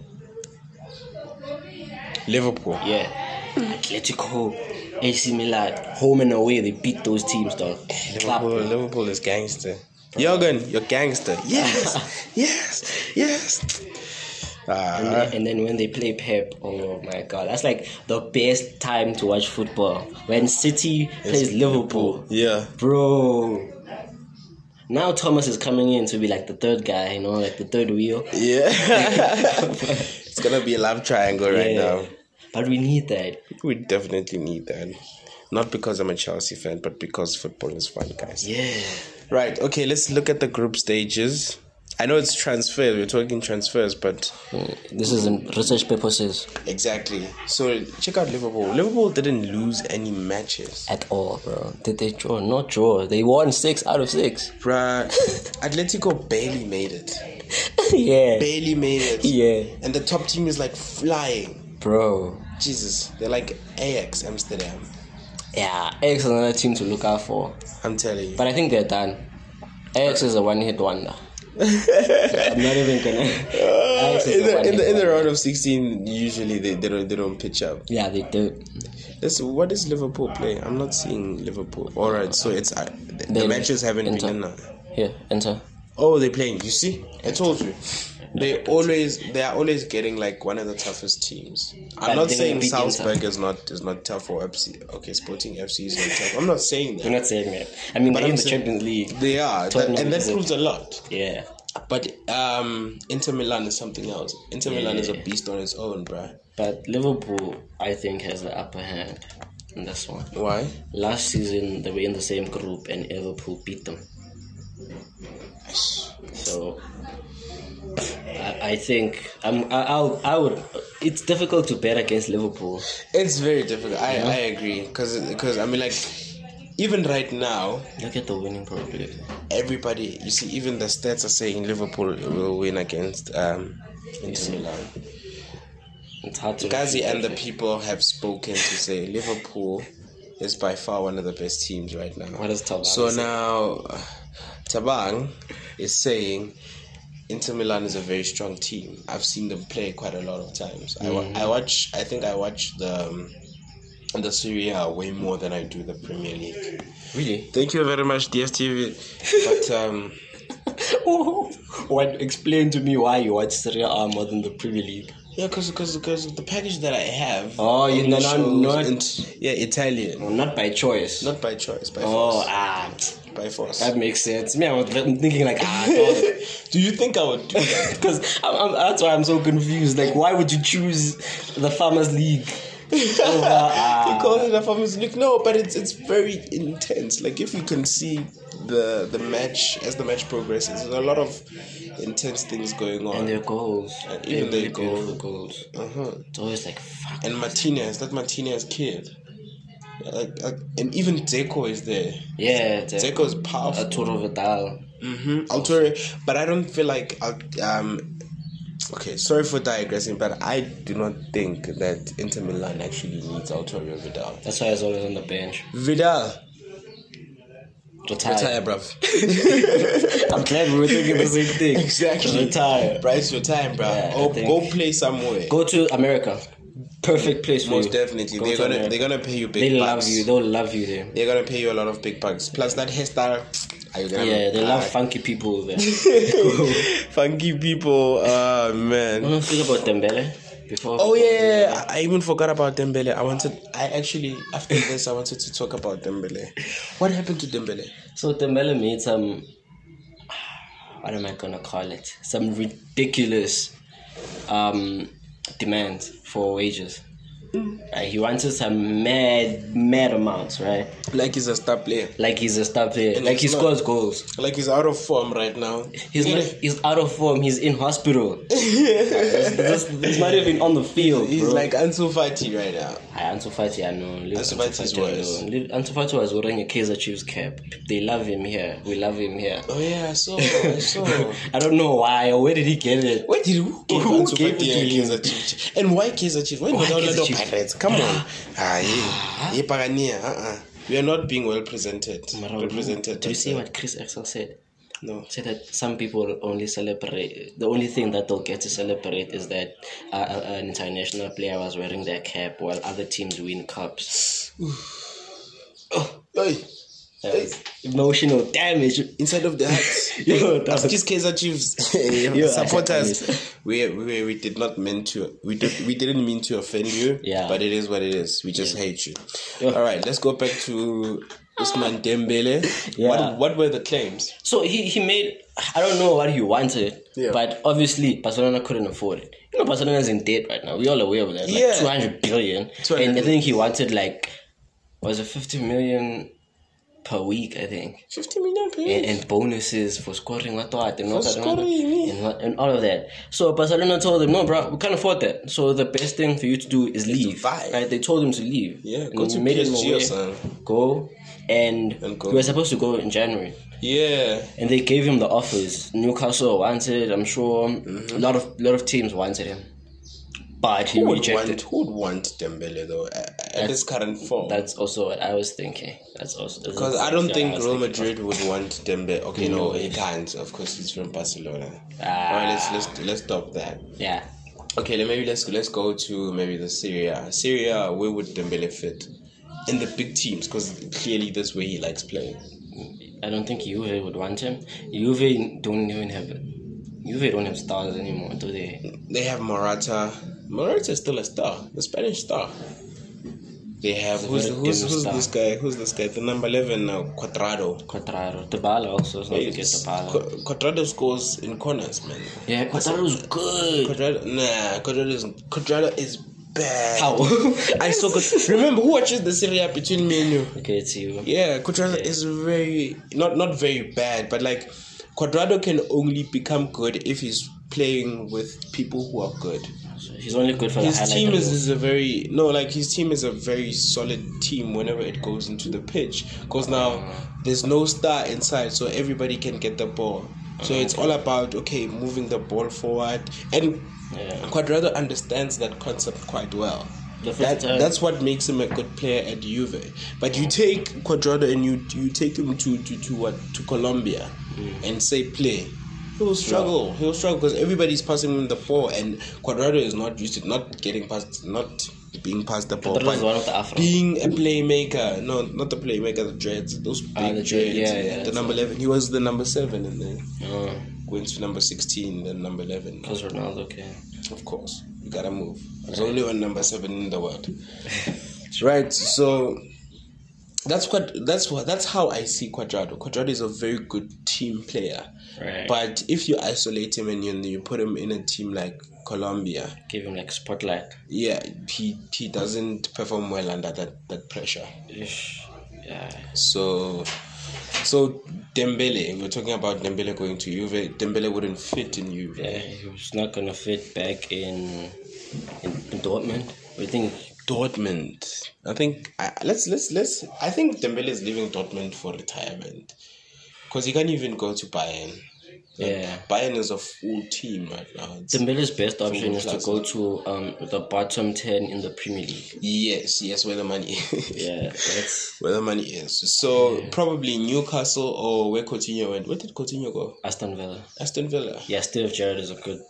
[SPEAKER 2] Liverpool.
[SPEAKER 1] Yeah. Atletico, AC Milan, home and away, they beat those teams, dog. Clap.
[SPEAKER 2] Liverpool, Liverpool is gangster. Jorgen, you're gangster. Yes, yes, yes.
[SPEAKER 1] And,
[SPEAKER 2] Ah,
[SPEAKER 1] then, and then when they play Pep, oh my god, that's like the best time to watch football. When City plays Liverpool,
[SPEAKER 2] yeah.
[SPEAKER 1] bro. Now Thomas is coming in to be like the third guy, you know, like the third wheel.
[SPEAKER 2] Yeah. it's gonna be a love triangle right
[SPEAKER 1] Yeah.
[SPEAKER 2] now.
[SPEAKER 1] But we need that.
[SPEAKER 2] We definitely need that. Not because I'm a Chelsea fan, but because football is fun, guys.
[SPEAKER 1] Yeah.
[SPEAKER 2] Right, okay, let's look at the group stages. I know it's transfer, we're talking transfers, but
[SPEAKER 1] This is in research purposes
[SPEAKER 2] exactly. So check out Liverpool. Liverpool didn't lose any matches.
[SPEAKER 1] at all, bro. Did they draw? Not draw. They won six out of six.
[SPEAKER 2] Bruh, Atletico barely made it.
[SPEAKER 1] yeah.
[SPEAKER 2] Barely made it.
[SPEAKER 1] Yeah.
[SPEAKER 2] And the top team is like flying.
[SPEAKER 1] Bro.
[SPEAKER 2] Jesus, they're like AX Amsterdam.
[SPEAKER 1] Yeah. Ajax is another team to look out for.
[SPEAKER 2] I'm telling you.
[SPEAKER 1] But I think they're done. Ajax is a one hit wonder. I'm not even gonna.
[SPEAKER 2] Uh,
[SPEAKER 1] Ajax is a
[SPEAKER 2] in, the, in, the, in
[SPEAKER 1] one-hit
[SPEAKER 2] the
[SPEAKER 1] wonder.
[SPEAKER 2] round of 16, usually they, they, don't, they don't pitch up.
[SPEAKER 1] Yeah, they do.
[SPEAKER 2] This what is Liverpool playing? I'm not seeing Liverpool. All right, so it's uh, the, the
[SPEAKER 1] They-
[SPEAKER 2] matches haven't
[SPEAKER 1] Inter.
[SPEAKER 2] been enough.
[SPEAKER 1] Here, enter.
[SPEAKER 2] Oh, they're playing. You see, I told you. They always they are always getting like one of the toughest teams. I'm
[SPEAKER 1] But
[SPEAKER 2] not
[SPEAKER 1] they
[SPEAKER 2] saying
[SPEAKER 1] will beat
[SPEAKER 2] Salzburg is not is not tough or FC. Okay, Sporting FC is not tough. I'm not saying
[SPEAKER 1] I'm
[SPEAKER 2] that.
[SPEAKER 1] not saying that. I mean, they're
[SPEAKER 2] I'm
[SPEAKER 1] in the
[SPEAKER 2] saying-
[SPEAKER 1] Champions League.
[SPEAKER 2] They are, that,
[SPEAKER 1] Tottenham
[SPEAKER 2] and that
[SPEAKER 1] is a-
[SPEAKER 2] proves a lot.
[SPEAKER 1] Yeah.
[SPEAKER 2] But um, Inter Milan is something else. Inter Milan is a
[SPEAKER 1] Yeah.
[SPEAKER 2] beast on its own, bruh.
[SPEAKER 1] But Liverpool, I think, has the upper hand in this one.
[SPEAKER 2] Why?
[SPEAKER 1] Last season, they were in the same group and Liverpool beat them. So I, I think I'm, I, I'll, I would. It's difficult to bet against Liverpool.
[SPEAKER 2] It's very difficult. I, I agree because because I mean like even right now
[SPEAKER 1] Look at the winning probability.
[SPEAKER 2] everybody you see even the stats are saying Liverpool will win against um Inter Milan.
[SPEAKER 1] It's hard to.
[SPEAKER 2] Ghazi and the people have spoken to say Liverpool is by far one of the best teams right now.
[SPEAKER 1] What is Tabang
[SPEAKER 2] So
[SPEAKER 1] saying?
[SPEAKER 2] now uh, Tabang is saying Inter Milan is a very strong team. I've seen them play quite a lot of times. I wa-
[SPEAKER 1] Mm.
[SPEAKER 2] I watch I think I watch the um, the Serie A way more than I do the Premier League.
[SPEAKER 1] really.
[SPEAKER 2] Thank you very much, DSTV. But um,
[SPEAKER 1] what? Explain to me why you watch Serie A more than the Premier League.
[SPEAKER 2] yeah, because because because the package that I have.
[SPEAKER 1] Oh, you- no, no,
[SPEAKER 2] only
[SPEAKER 1] not-
[SPEAKER 2] shows int- yeah, Italian.
[SPEAKER 1] Well, not by choice.
[SPEAKER 2] Not by choice, by
[SPEAKER 1] oh,
[SPEAKER 2] force.
[SPEAKER 1] ah,
[SPEAKER 2] By force.
[SPEAKER 1] that makes sense. Me, I was thinking like ah.
[SPEAKER 2] do you think I would do that?
[SPEAKER 1] Because I'm, I'm, that's why I'm so confused. Like, why would you choose the Farmers League? Over,
[SPEAKER 2] They
[SPEAKER 1] ah,
[SPEAKER 2] call it a farmers league. No, but it's it's very intense. Like if you can see the the match as the match progresses, there's a lot of intense things going on.
[SPEAKER 1] and their goals.
[SPEAKER 2] And even
[SPEAKER 1] They're
[SPEAKER 2] their goal.
[SPEAKER 1] beautiful goals.
[SPEAKER 2] uh-huh.
[SPEAKER 1] It's always like, fuck.
[SPEAKER 2] And Martinez, that Martinez kid. Yeah, Like, like, and even Deco is there.
[SPEAKER 1] Yeah, it's a,
[SPEAKER 2] Deco is powerful.
[SPEAKER 1] a tour of a dial.
[SPEAKER 2] Uh, Mm-hmm. Altura, but I don't feel like I'll- um. Okay, sorry for digressing, but I do not think that Inter Milan actually needs Arturo Vidal.
[SPEAKER 1] That's why he's always on the bench.
[SPEAKER 2] Vidal,
[SPEAKER 1] Retire.
[SPEAKER 2] retire, bruv.
[SPEAKER 1] I'm glad we were thinking the same thing.
[SPEAKER 2] Exactly.
[SPEAKER 1] Retire.
[SPEAKER 2] Bryce, your time, bruv.
[SPEAKER 1] Yeah, I
[SPEAKER 2] oh,
[SPEAKER 1] think-
[SPEAKER 2] go play somewhere.
[SPEAKER 1] Go to America. Perfect place for
[SPEAKER 2] Most
[SPEAKER 1] you.
[SPEAKER 2] definitely,
[SPEAKER 1] Go
[SPEAKER 2] they're
[SPEAKER 1] to
[SPEAKER 2] gonna
[SPEAKER 1] America.
[SPEAKER 2] they're gonna pay you big
[SPEAKER 1] They love
[SPEAKER 2] bucks.
[SPEAKER 1] you. They'll love you there.
[SPEAKER 2] They're gonna pay you a lot of big bucks. Plus that hairstyle. Are you gonna
[SPEAKER 1] Yeah, they love
[SPEAKER 2] Ah,
[SPEAKER 1] funky people there.
[SPEAKER 2] funky people. Oh man.
[SPEAKER 1] Wanna speak about Dembele before?
[SPEAKER 2] Oh yeah, I I even forgot about Dembele. I wanted, I actually after this, I wanted to talk about Dembele. What happened to Dembele?
[SPEAKER 1] So Dembele made some. What am I gonna call it? Some ridiculous um, demands for wages.
[SPEAKER 2] Mm.
[SPEAKER 1] Uh, he wanted some mad, mad amounts, right?
[SPEAKER 2] Like he's a star player.
[SPEAKER 1] Like he's a star player. Like he
[SPEAKER 2] he's not.
[SPEAKER 1] scores goals.
[SPEAKER 2] Like he's out of form right now.
[SPEAKER 1] He's not, he's out of form. He's in hospital. He's- he's not even on the field.
[SPEAKER 2] He's
[SPEAKER 1] bro.
[SPEAKER 2] like Ansu Fati right now.
[SPEAKER 1] Hi, Ansu Fati, I know. Leave
[SPEAKER 2] Ansu Fati is
[SPEAKER 1] Fati
[SPEAKER 2] worse.
[SPEAKER 1] alone. Leave- Ansu Fati was wearing a Kaiser Chiefs cap. They love him here. We love him here.
[SPEAKER 2] Oh yeah, I saw, I saw.
[SPEAKER 1] I don't know why or where did he get it.
[SPEAKER 2] Why did who gave
[SPEAKER 1] Who
[SPEAKER 2] Ansu
[SPEAKER 1] gave it
[SPEAKER 2] Fati
[SPEAKER 1] to
[SPEAKER 2] and
[SPEAKER 1] you?
[SPEAKER 2] Kaiser Chiefs? And why Kaiser Chiefs? Why,
[SPEAKER 1] Why
[SPEAKER 2] not
[SPEAKER 1] Kaiser
[SPEAKER 2] Orlando
[SPEAKER 1] Chiefs?
[SPEAKER 2] Pirates? Come on. Ah, yeah. Yeah, Pagania. Uh-uh. We are not being well presented.
[SPEAKER 1] Mara,
[SPEAKER 2] represented.
[SPEAKER 1] Do you
[SPEAKER 2] that's
[SPEAKER 1] see
[SPEAKER 2] all.
[SPEAKER 1] what Chris Axel said?
[SPEAKER 2] No.
[SPEAKER 1] Said that some people only celebrate. The only thing that they'll get to celebrate is that uh, uh, an international player was wearing their cap while other teams win cups.
[SPEAKER 2] Hey,
[SPEAKER 1] That was emotional damage.
[SPEAKER 2] inside of the heart.
[SPEAKER 1] Yo, that was-
[SPEAKER 2] Kiss Kaiser Chiefs
[SPEAKER 1] I
[SPEAKER 2] supporters. We, we we did not mean to. We did, we didn't mean to offend you.
[SPEAKER 1] Yeah.
[SPEAKER 2] But it is what it is. We just hate you.
[SPEAKER 1] Yeah.
[SPEAKER 2] All right. Let's go back to Usman Dembele.
[SPEAKER 1] Yeah.
[SPEAKER 2] What what were the claims?
[SPEAKER 1] So he, he made I don't know what he wanted,
[SPEAKER 2] Yeah.
[SPEAKER 1] but obviously Barcelona couldn't afford it. You know Barcelona's in debt right now. We all aware of that. Like
[SPEAKER 2] Yeah.
[SPEAKER 1] two hundred billion.
[SPEAKER 2] 200
[SPEAKER 1] And I think he wanted like was it fifty million per week, I think.
[SPEAKER 2] Fifty million
[SPEAKER 1] And, and bonuses for scoring what that and all
[SPEAKER 2] For
[SPEAKER 1] that and all that,
[SPEAKER 2] scoring,
[SPEAKER 1] and, what- and all of that. So Barcelona told him, No bro, we can't afford that. So the best thing for you to do is leave.
[SPEAKER 2] buy.
[SPEAKER 1] Right? They told him to leave.
[SPEAKER 2] Yeah.
[SPEAKER 1] And
[SPEAKER 2] Go
[SPEAKER 1] he
[SPEAKER 2] to
[SPEAKER 1] made him
[SPEAKER 2] PSG or
[SPEAKER 1] away.
[SPEAKER 2] something.
[SPEAKER 1] Go and,
[SPEAKER 2] And go.
[SPEAKER 1] he was supposed to go in January
[SPEAKER 2] Yeah.
[SPEAKER 1] and they gave him the offers. Newcastle wanted, I'm sure, a lot of lot of teams wanted him, but he
[SPEAKER 2] Mm-hmm. Who would want
[SPEAKER 1] rejected.
[SPEAKER 2] Who would want Dembele though? At, at his current form.
[SPEAKER 1] That's also what I was thinking. That's also
[SPEAKER 2] Because I don't think Real Madrid would want Dembele. Okay, no, he can't. Of course, he's from Barcelona.
[SPEAKER 1] Ah.
[SPEAKER 2] All right, let's let's let's stop that.
[SPEAKER 1] Yeah,
[SPEAKER 2] Okay, then maybe let's let's go to maybe the Syria. Syria, where would Dembele fit in the big teams? Because clearly that's where he likes playing.
[SPEAKER 1] I don't think Juve would want him. Juve don't even have Juve don't have stars anymore, do they?
[SPEAKER 2] They have Morata. Morata is still a star, the Spanish star. They have who's
[SPEAKER 1] very
[SPEAKER 2] who's,
[SPEAKER 1] dim
[SPEAKER 2] who's
[SPEAKER 1] star.
[SPEAKER 2] this guy? Who's this guy? The number eleven uh, now, Quadrado.
[SPEAKER 1] Quadraro, Tabala also. Don't forget
[SPEAKER 2] It's-
[SPEAKER 1] Tabala.
[SPEAKER 2] Qu- Quadrado scores in corners, man.
[SPEAKER 1] Yeah, Quadraro's good.
[SPEAKER 2] Quadrado, nah, Quadrado is Quadrado is bad.
[SPEAKER 1] How?
[SPEAKER 2] I saw. Quad- Remember who watches the Syria between me and you?
[SPEAKER 1] okay, it's you.
[SPEAKER 2] Yeah, Quadrado is very not not very bad, but like Quadrado can only become good if he's playing with people who are good.
[SPEAKER 1] He's only good for
[SPEAKER 2] His
[SPEAKER 1] the highlight.
[SPEAKER 2] team is,
[SPEAKER 1] reel.
[SPEAKER 2] is a very no like his team is a very solid team whenever it goes into the pitch because now there's no star inside, so everybody can get the ball. So
[SPEAKER 1] Mm-hmm.
[SPEAKER 2] it's all about okay moving the ball forward, and
[SPEAKER 1] Yeah.
[SPEAKER 2] Quadrado understands that concept quite well.
[SPEAKER 1] The
[SPEAKER 2] That,
[SPEAKER 1] first time-
[SPEAKER 2] that's what makes him a good player at Juve. But you take Quadrado and you you take him to to, to what to Colombia
[SPEAKER 1] Mm.
[SPEAKER 2] and say play. He'll struggle. He'll struggle because everybody's passing him the ball, and Quadrado is not used to not getting past, not being past the ball.
[SPEAKER 1] Quadrado is
[SPEAKER 2] but
[SPEAKER 1] one of the Afro.
[SPEAKER 2] being a playmaker, no, not the playmaker, the dreads, those big
[SPEAKER 1] Ah, the
[SPEAKER 2] dreads.
[SPEAKER 1] dread- yeah, yeah,
[SPEAKER 2] the
[SPEAKER 1] that's
[SPEAKER 2] number eleven. He was the number seven, and then
[SPEAKER 1] Oh,
[SPEAKER 2] went to number sixteen, then number eleven.
[SPEAKER 1] because Ronaldo, okay.
[SPEAKER 2] Of course, you gotta move. There's only one number seven in the world. right. So that's what that's what that's how I see Quadrado. Quadrado is a very good team player.
[SPEAKER 1] Right.
[SPEAKER 2] But if you isolate him and you, you put him in a team like Colombia,
[SPEAKER 1] Give him like spotlight.
[SPEAKER 2] yeah, he he doesn't perform well under that, that pressure.
[SPEAKER 1] Ish. Yeah.
[SPEAKER 2] So so Dembele, we're talking about Dembele going to Juve. Dembele wouldn't fit in Juve.
[SPEAKER 1] yeah, he was not gonna fit back in in, in Dortmund. We think
[SPEAKER 2] Dortmund. I think I, let's let's let's. I think Dembele is leaving Dortmund for retirement because he can't even go to Bayern.
[SPEAKER 1] yeah.
[SPEAKER 2] Bayern is a full team right now. It's-
[SPEAKER 1] Dembele's best option is to
[SPEAKER 2] class.
[SPEAKER 1] go to um the bottom ten in the Premier League.
[SPEAKER 2] yes, yes, where the money, is.
[SPEAKER 1] Yeah, that's
[SPEAKER 2] where the money is. So probably Newcastle or where Coutinho went. Where did Coutinho go?
[SPEAKER 1] Aston Villa.
[SPEAKER 2] Aston Villa.
[SPEAKER 1] Yeah, Steve Gerrard is a good.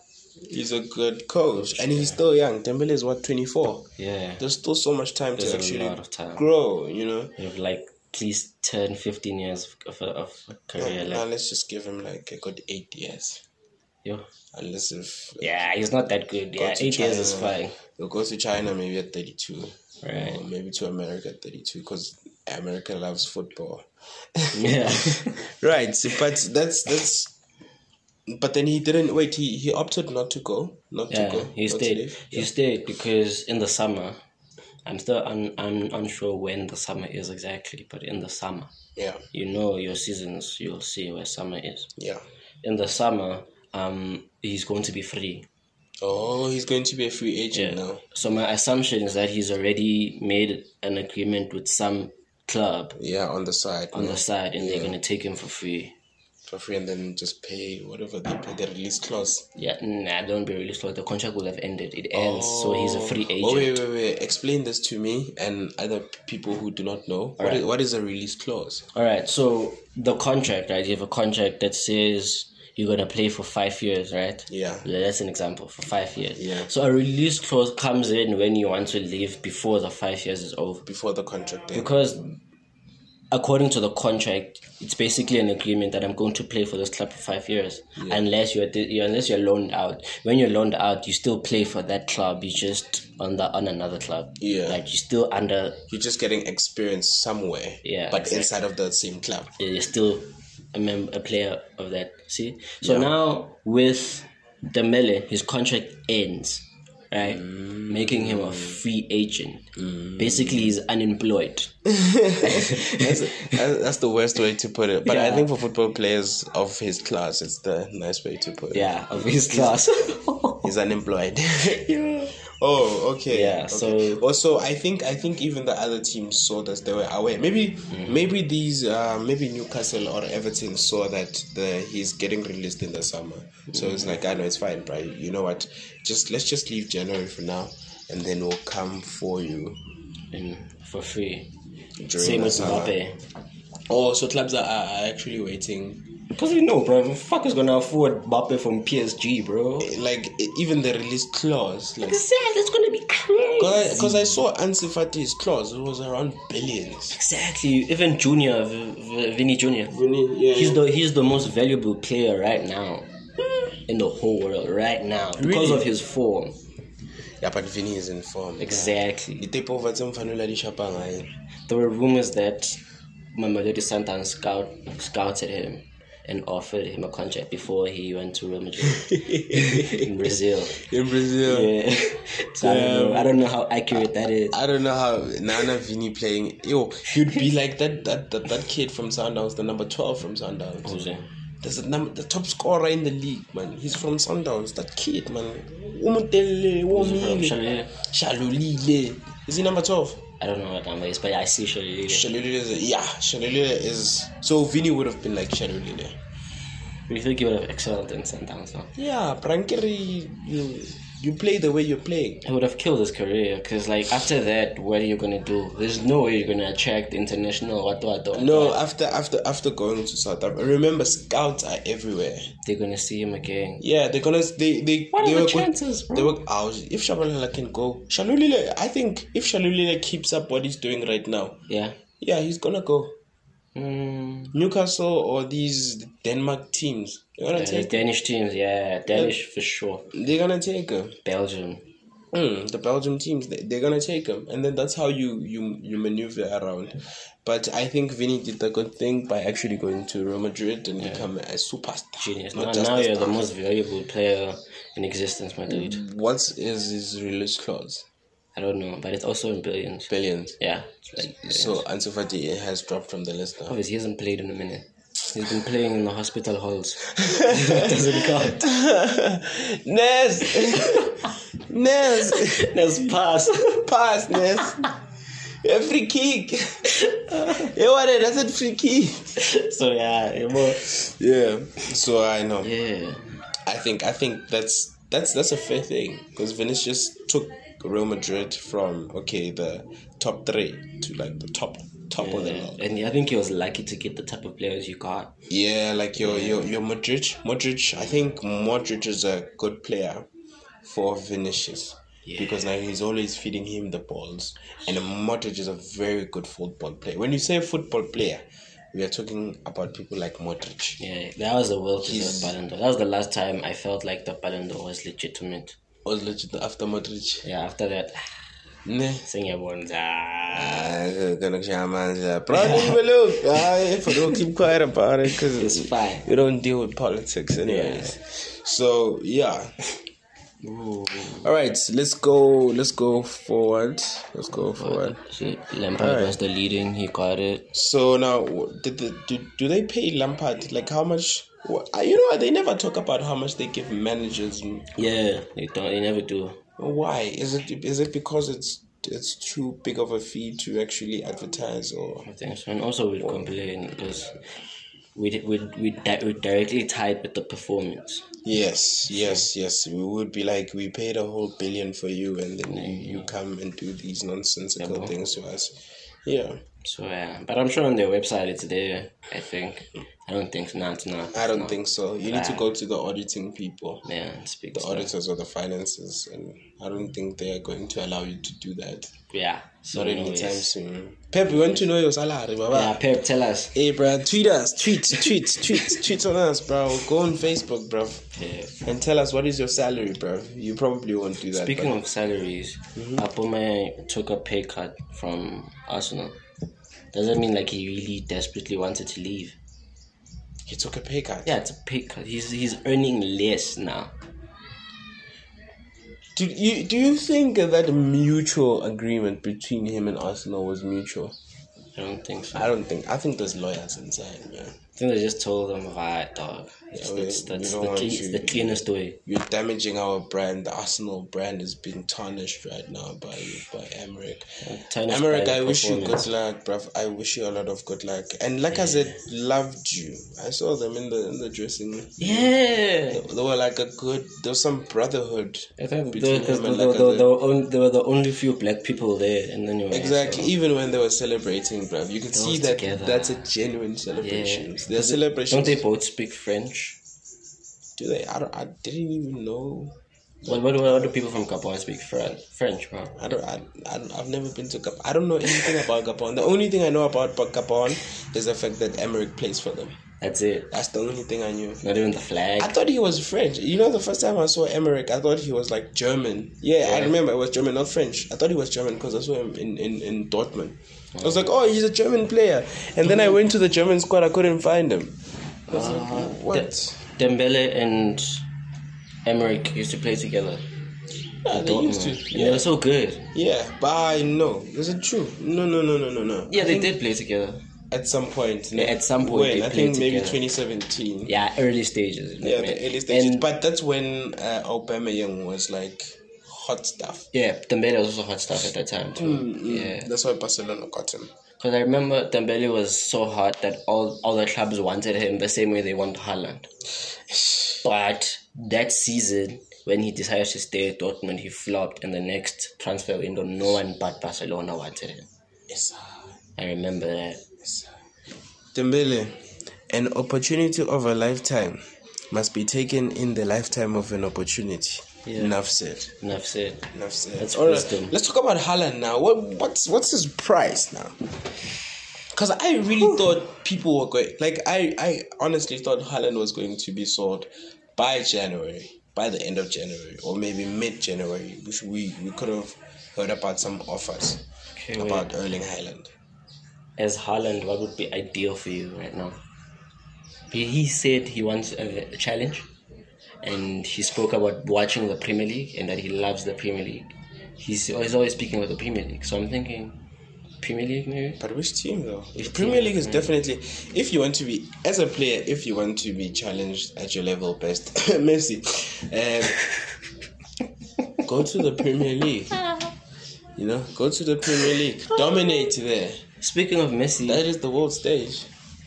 [SPEAKER 2] He's a good coach and he's still young. Dembele is what twenty four.
[SPEAKER 1] Yeah,
[SPEAKER 2] There's still so much time
[SPEAKER 1] There's
[SPEAKER 2] to
[SPEAKER 1] a
[SPEAKER 2] actually
[SPEAKER 1] lot of time.
[SPEAKER 2] grow. You know.
[SPEAKER 1] you have like at least 10, 15 years of of, of career
[SPEAKER 2] Now
[SPEAKER 1] left.
[SPEAKER 2] let's just give him like a good eight years.
[SPEAKER 1] Yo.
[SPEAKER 2] Unless if
[SPEAKER 1] Yeah, he's not that good.
[SPEAKER 2] Go
[SPEAKER 1] Yeah,
[SPEAKER 2] to
[SPEAKER 1] eight years is
[SPEAKER 2] China.
[SPEAKER 1] fine.
[SPEAKER 2] He'll go to China maybe at 32.
[SPEAKER 1] Right.
[SPEAKER 2] Or maybe to America at 32 because America loves football.
[SPEAKER 1] Yeah.
[SPEAKER 2] Right. so- But that's, that's, but then he didn't, wait, he, he opted not to go. Not
[SPEAKER 1] yeah.
[SPEAKER 2] to go.
[SPEAKER 1] He
[SPEAKER 2] not to
[SPEAKER 1] stayed.
[SPEAKER 2] leave.
[SPEAKER 1] He stayed because in the summer I'm still un, un, unsure when the summer is exactly, but in the summer,
[SPEAKER 2] Yeah.
[SPEAKER 1] you know your seasons, you'll see where summer is.
[SPEAKER 2] Yeah.
[SPEAKER 1] In the summer, um, he's going to be free.
[SPEAKER 2] Oh, he's going to be a free agent now.
[SPEAKER 1] So my assumption is that he's already made an agreement with some club
[SPEAKER 2] Yeah, on the side.
[SPEAKER 1] on
[SPEAKER 2] no,
[SPEAKER 1] the side, and they're gonna take him for free.
[SPEAKER 2] For free and then just pay whatever they pay, the release clause.
[SPEAKER 1] Yeah, nah, don't be released. Like the contract will have ended. It ends, so he's a free agent.
[SPEAKER 2] Oh, wait, wait, wait. Explain this to me and other people who do not know. What, is, what is a release clause?
[SPEAKER 1] All right, so the contract, right? You have a contract that says you're gonna play for five years, right?
[SPEAKER 2] Yeah.
[SPEAKER 1] Yeah, that's an example for five years.
[SPEAKER 2] Yeah.
[SPEAKER 1] So a release clause comes in when you want to leave before the five years is over,
[SPEAKER 2] Before the contract ends.
[SPEAKER 1] because according to the contract, it's basically an agreement that I'm going to play for this club for five years, unless you're, di- you're unless you're loaned out. When you're loaned out, you still play for that club. You just on the on another club.
[SPEAKER 2] Yeah.
[SPEAKER 1] Like you're still under.
[SPEAKER 2] You're just getting experience somewhere.
[SPEAKER 1] Yeah,
[SPEAKER 2] But
[SPEAKER 1] exactly.
[SPEAKER 2] inside of the same club.
[SPEAKER 1] is still a mem- a player of that. See, so now with Demele, his contract ends, right, making him a free agent. Basically, he's unemployed.
[SPEAKER 2] That's, that's that's the worst way to put it. But I
[SPEAKER 1] Yeah.
[SPEAKER 2] think for football players of his class, it's the nice way to put it.
[SPEAKER 1] Yeah, of his class.
[SPEAKER 2] He's unemployed.
[SPEAKER 1] yeah.
[SPEAKER 2] Oh, okay.
[SPEAKER 1] Yeah,
[SPEAKER 2] Okay.
[SPEAKER 1] so-
[SPEAKER 2] also, I think I think even the other teams saw that they were away. Maybe
[SPEAKER 1] Mm-hmm.
[SPEAKER 2] maybe these uh, maybe Newcastle or Everton saw that the he's getting released in the summer. So
[SPEAKER 1] Mm-hmm.
[SPEAKER 2] it's like I know it's fine, but you know what? Just let's just leave January for now, and then we'll come for you
[SPEAKER 1] And for free.
[SPEAKER 2] during
[SPEAKER 1] Same
[SPEAKER 2] the
[SPEAKER 1] with
[SPEAKER 2] summer.
[SPEAKER 1] Mbappe.
[SPEAKER 2] Oh, so clubs are, are actually waiting
[SPEAKER 1] Because we know, bro, the fuck is gonna afford Mbappe from PSG, bro?
[SPEAKER 2] like e- even the release clause like
[SPEAKER 1] Exactly, it's gonna be crazy.
[SPEAKER 2] because I, saw Ansu Fati's clause it was around billions
[SPEAKER 1] Exactly, even Junior, V- V- Vinny Junior.
[SPEAKER 2] yeah,
[SPEAKER 1] He's the he's the most valuable player right now in the whole world right now because
[SPEAKER 2] Really?
[SPEAKER 1] of his form.
[SPEAKER 2] yeah but Vinny is in form
[SPEAKER 1] Exactly.
[SPEAKER 2] ditakeover tse mfanela di shapa nga yena
[SPEAKER 1] There were rumors that Mamelodi Sundowns scout scouted him and offered him a contract before he went to Real Madrid in Brazil.
[SPEAKER 2] in brazil
[SPEAKER 1] Yeah. So I, don't know, I don't know how accurate that is.
[SPEAKER 2] i don't know how nana Vinny playing yo you'd be like that that that, that kid from sundowns the number 12 from sundowns There's a number, the top scorer in the league, man. He's from Sundowns. That kid, man. Umutele, Womile,
[SPEAKER 1] Shalulile?
[SPEAKER 2] Shalulile. Is he number 12?
[SPEAKER 1] I don't know what number it is, but yeah, I see Shalili.
[SPEAKER 2] Shalulile is yeah. Shalulile is so Vinny would have been like Shalulile.
[SPEAKER 1] We think he would have excelled in Sundowns now.
[SPEAKER 2] Yeah, Brankeri, you you play the way you're playing.
[SPEAKER 1] It would have killed his career because, like, after that, what are you gonna do? There's no way you're gonna attract international. What do I do?
[SPEAKER 2] No, after after after going to South Africa, remember scouts are everywhere.
[SPEAKER 1] they're gonna see him again.
[SPEAKER 2] Yeah, they're gonna they they
[SPEAKER 1] What
[SPEAKER 2] they
[SPEAKER 1] are the
[SPEAKER 2] were go-
[SPEAKER 1] chances, bro?
[SPEAKER 2] They were out. If Shabalala can go, Shalulile, I think if Shalulile keeps up what he's doing right now,
[SPEAKER 1] Yeah.
[SPEAKER 2] yeah, he's gonna go.
[SPEAKER 1] Mm,
[SPEAKER 2] Newcastle or these Denmark teams, they're gonna
[SPEAKER 1] yeah, the
[SPEAKER 2] take
[SPEAKER 1] Danish teams, yeah, Danish for sure.
[SPEAKER 2] they're gonna take him.
[SPEAKER 1] Belgium,
[SPEAKER 2] Mm, the Belgium teams they, they're gonna take him, and then that's how you you you maneuver around. But I think Vinny did the good thing by actually going to Real Madrid and become a superstar.
[SPEAKER 1] genius.
[SPEAKER 2] not
[SPEAKER 1] Now,
[SPEAKER 2] just
[SPEAKER 1] now
[SPEAKER 2] a
[SPEAKER 1] you're the
[SPEAKER 2] star.
[SPEAKER 1] most valuable player in existence, my dude.
[SPEAKER 2] What is his release clause?
[SPEAKER 1] I don't know, but it's also in billions.
[SPEAKER 2] Billions.
[SPEAKER 1] Yeah, it's like billions.
[SPEAKER 2] So Ansu Fati has dropped from the list now.
[SPEAKER 1] obviously he hasn't played in a minute. He's been playing in the hospital halls. That doesn't count.
[SPEAKER 2] Ness, Ness,
[SPEAKER 1] That's pass.
[SPEAKER 2] pass Ness. A free kick. yeah, what? That's a free kick.
[SPEAKER 1] so yeah, you're more.
[SPEAKER 2] Yeah. So I know.
[SPEAKER 1] yeah.
[SPEAKER 2] I think I think that's that's that's a fair thing because Vinicius took Real Madrid from okay the top three to like the top top of the lot.
[SPEAKER 1] And I think he was lucky to get the type of players you got.
[SPEAKER 2] Yeah, like your your your Modric Modric. I think Modric is a good player for Vinicius. Because now he's always feeding him the balls, and Modric is a very good football player. When you say football player, we are talking about people like Modric.
[SPEAKER 1] Yeah, that was the world to
[SPEAKER 2] He's-
[SPEAKER 1] the Ballon d'Or. That was the last time I felt like the Ballon d'Or was legitimate.
[SPEAKER 2] Was legit after Modric.
[SPEAKER 1] Yeah, after that,
[SPEAKER 2] Nah.
[SPEAKER 1] sing your ones. Ah,
[SPEAKER 2] gonna Probably but look, I will keep quiet about it because
[SPEAKER 1] it's fine.
[SPEAKER 2] we don't deal with politics anyways. So yeah, All right, let's go. Let's go forward. Let's go forward.
[SPEAKER 1] See, Lampard
[SPEAKER 2] Alright.
[SPEAKER 1] was the leading. He got it.
[SPEAKER 2] So now, w- did the, do do they pay Lampard? Like how much? What, you know, they never talk about how much they give managers.
[SPEAKER 1] Yeah, they don't. They never do.
[SPEAKER 2] Why is it? Is it because it's it's too big of a fee to actually advertise or?
[SPEAKER 1] I think so. And also, we'd complain because we we we di- we directly tied with the performance.
[SPEAKER 2] Yes, yes, yes. We would be like, we paid a whole billion for you, and then you, you
[SPEAKER 1] Mm-hmm.
[SPEAKER 2] come and do these nonsensical things to us. Yeah,
[SPEAKER 1] So yeah, but I'm sure on their website it's there. I think. I don't think no, it's not.
[SPEAKER 2] I don't think so. You need to go to the auditing people,
[SPEAKER 1] Yeah, it speaks.
[SPEAKER 2] the auditors or the finances, and I don't think they are going to allow you to do that
[SPEAKER 1] Yeah. So
[SPEAKER 2] not anytime
[SPEAKER 1] anyways.
[SPEAKER 2] soon. Pep, we want to know your salary, baba.
[SPEAKER 1] Oh, Yeah, Pep, tell us.
[SPEAKER 2] Hey, bro, tweet us, tweet, tweet, tweet, tweet on us, bro. Go on Facebook, bro,
[SPEAKER 1] Yeah.
[SPEAKER 2] and tell us what is your salary, bro. You probably won't do that.
[SPEAKER 1] Speaking of salaries,
[SPEAKER 2] Mm-hmm.
[SPEAKER 1] Apome took a pay cut from Arsenal. Does that mean like he really desperately wanted to leave?
[SPEAKER 2] but he took a pay cut.
[SPEAKER 1] Yeah, it's a pay cut. He's he's earning less now.
[SPEAKER 2] Do you do you think that mutual agreement between him and Arsenal was mutual?
[SPEAKER 1] I don't think so.
[SPEAKER 2] I don't think. I think there's lawyers inside, man.
[SPEAKER 1] I think they just told him, right, dog. It's,
[SPEAKER 2] we-
[SPEAKER 1] it's-
[SPEAKER 2] we
[SPEAKER 1] that's
[SPEAKER 2] don't
[SPEAKER 1] the,
[SPEAKER 2] want
[SPEAKER 1] clean, it's
[SPEAKER 2] you-
[SPEAKER 1] the cleanest way.
[SPEAKER 2] You're damaging our brand. The Arsenal brand is being tarnished right now by by Emmerich.
[SPEAKER 1] Turn us
[SPEAKER 2] Emmerich,
[SPEAKER 1] by the
[SPEAKER 2] I wish you
[SPEAKER 1] performance.
[SPEAKER 2] good luck, bruv. I wish you a lot of good luck. And like I said, loved you. I saw them in the in the dressing room.
[SPEAKER 1] Yeah.
[SPEAKER 2] They were like a good. There was some brotherhood.
[SPEAKER 1] I think
[SPEAKER 2] Between
[SPEAKER 1] because
[SPEAKER 2] him and
[SPEAKER 1] they, were-
[SPEAKER 2] Lacazette.
[SPEAKER 1] they were on- they were the only few black people there, and anyway,
[SPEAKER 2] Exactly. Even when they were celebrating, bruv, you could see that
[SPEAKER 1] together.
[SPEAKER 2] that's a genuine celebration. Their celebration.
[SPEAKER 1] Don't they both speak French?
[SPEAKER 2] Do they? I, don't, I didn't even know.
[SPEAKER 1] What, what, what do people from Gabon speak French? French, bro.
[SPEAKER 2] I don't. I, I don't I've never been to Gabon. I don't know anything about Gabon. The only thing I know about Ba- Gabon is the fact that Emmerich plays for them.
[SPEAKER 1] That's it.
[SPEAKER 2] That's the only thing I knew.
[SPEAKER 1] Not even the flag.
[SPEAKER 2] I thought he was French. You know, the first time I saw Emmerich, I thought he was like German. Yeah, I remember it was German, not French. I thought he was German because I saw him in, in, in Dortmund. I was like, oh, he's a German player. And then I went to the German squad, I couldn't find him. I was like,
[SPEAKER 1] Uh,
[SPEAKER 2] what?
[SPEAKER 1] Dembele and Emmerich used to play together.
[SPEAKER 2] Yeah, they used to.
[SPEAKER 1] And they
[SPEAKER 2] Yeah.
[SPEAKER 1] were so good.
[SPEAKER 2] yeah, but I know. Is it true? No, no, no, no, no, no.
[SPEAKER 1] Yeah, they did play together.
[SPEAKER 2] At some point. no?
[SPEAKER 1] at some point
[SPEAKER 2] When?
[SPEAKER 1] they
[SPEAKER 2] I think
[SPEAKER 1] played
[SPEAKER 2] maybe
[SPEAKER 1] together.
[SPEAKER 2] 2017. Yeah,
[SPEAKER 1] Yeah, early stages.
[SPEAKER 2] the early stages.
[SPEAKER 1] And,
[SPEAKER 2] but that's when uh, Obama Young was like hot stuff. Mm,
[SPEAKER 1] yeah, Dembele was also hot stuff at that time too. Yeah,
[SPEAKER 2] That's why Barcelona got him.
[SPEAKER 1] because I remember Dembele was so hot that all all the clubs wanted him the same way they want Haaland. But that season, when he decided to stay at Dortmund, he flopped, and the next transfer window, no one but Barcelona wanted him.
[SPEAKER 2] Yes,
[SPEAKER 1] I remember that.
[SPEAKER 2] Dembele, an opportunity of a lifetime must be taken in the lifetime of an opportunity. Enough said.
[SPEAKER 1] Enough said.
[SPEAKER 2] Enough said.
[SPEAKER 1] That's
[SPEAKER 2] All right,
[SPEAKER 1] wisdom.
[SPEAKER 2] let's talk about Haaland now. What what's what's his price now? Because I really thought people were going like I I honestly thought Haaland was going to be sold by January, by the end of January, or maybe mid January, which we we could have heard about some offers
[SPEAKER 1] Okay, wait.
[SPEAKER 2] about Erling Haaland.
[SPEAKER 1] as Haaland, what would be ideal for you right now? He he said he wants a, a challenge, and he spoke about watching the Premier League and that he loves the Premier League. He's, he's always speaking about the Premier League, so I'm thinking Premier League maybe.
[SPEAKER 2] But which team though? the Premier League
[SPEAKER 1] Hmm.
[SPEAKER 2] is definitely if you want to be as a player, if you want to be challenged at your level best, Messi, um, go to the Premier League. You know, go to the Premier League, dominate there.
[SPEAKER 1] Speaking of Messi,
[SPEAKER 2] That is the world stage.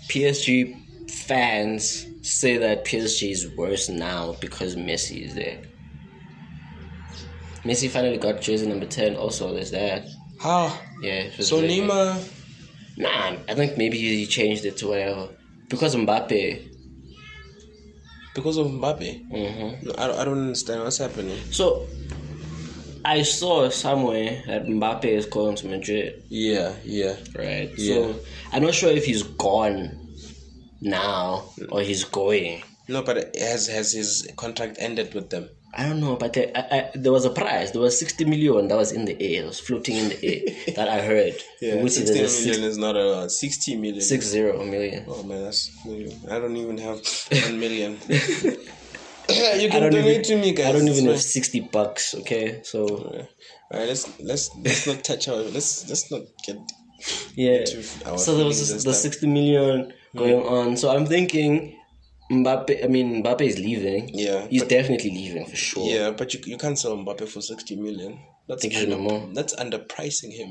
[SPEAKER 1] PSG fans say that PSG is worse now because Messi is there. Messi finally got jersey number ten. Also, there's that.
[SPEAKER 2] How?
[SPEAKER 1] Yeah. it was
[SPEAKER 2] So
[SPEAKER 1] really good.
[SPEAKER 2] Neymar,
[SPEAKER 1] Nah, I think maybe he changed it to whatever. Because Mbappe.
[SPEAKER 2] because of Mbappe,
[SPEAKER 1] Mm-hmm.
[SPEAKER 2] no, I, don't- I don't understand what's happening.
[SPEAKER 1] So, I saw somewhere that Mbappe is going to Madrid,
[SPEAKER 2] Yeah, yeah.
[SPEAKER 1] right?
[SPEAKER 2] Yeah.
[SPEAKER 1] So, I'm not sure if he's gone now or he's going.
[SPEAKER 2] No, but has has his contract ended with them?
[SPEAKER 1] I don't know, but I, I, I, there was a prize. There was 60 million that was in the air, it was floating in the air that I heard. Which is
[SPEAKER 2] sixteen
[SPEAKER 1] a
[SPEAKER 2] million
[SPEAKER 1] six,
[SPEAKER 2] is not a lot. Sixty million.
[SPEAKER 1] six zero million.
[SPEAKER 2] Oh man, that's I don't even have one million. you can
[SPEAKER 1] don't
[SPEAKER 2] donate
[SPEAKER 1] even,
[SPEAKER 2] to me, guys.
[SPEAKER 1] I don't even
[SPEAKER 2] It's
[SPEAKER 1] have sixty bucks. Okay, so
[SPEAKER 2] fine. All right, let's let's let's not touch our let's let's not get
[SPEAKER 1] yeah.
[SPEAKER 2] to our
[SPEAKER 1] So there was
[SPEAKER 2] feelings
[SPEAKER 1] this,
[SPEAKER 2] and
[SPEAKER 1] the
[SPEAKER 2] stuff.
[SPEAKER 1] sixty million going on. So I'm thinking, Mbappe. I mean, Mbappe is leaving.
[SPEAKER 2] Yeah.
[SPEAKER 1] he's definitely leaving for sure.
[SPEAKER 2] yeah, but you you can't sell Mbappe for sixty million. That's
[SPEAKER 1] Think you should know
[SPEAKER 2] under-
[SPEAKER 1] more.
[SPEAKER 2] that's underpricing him.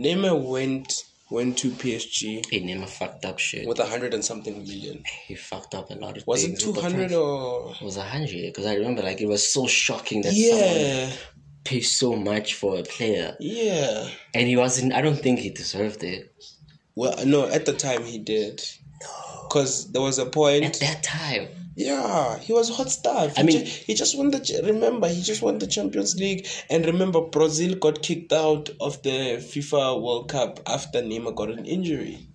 [SPEAKER 2] Neymar went went to PSG
[SPEAKER 1] Hey, Neymar fucked up shit.
[SPEAKER 2] with a hundred and something million.
[SPEAKER 1] He fucked up a lot of
[SPEAKER 2] Was it
[SPEAKER 1] things.
[SPEAKER 2] two
[SPEAKER 1] with the
[SPEAKER 2] hundred
[SPEAKER 1] price.
[SPEAKER 2] or
[SPEAKER 1] It was a hundred because I remember like it was so shocking that someone
[SPEAKER 2] yeah
[SPEAKER 1] pay so much for a player,
[SPEAKER 2] yeah?
[SPEAKER 1] and he wasn't. I don't think he deserved it
[SPEAKER 2] Well, no, at the time he did. Because there was a
[SPEAKER 1] at
[SPEAKER 2] point,
[SPEAKER 1] that time.
[SPEAKER 2] yeah, he was hot stuff. He
[SPEAKER 1] I mean-
[SPEAKER 2] ju- he just won the. ch- Remember, he just won the Champions League, and remember, Brazil got kicked out of the FIFA World Cup after Neymar got an injury.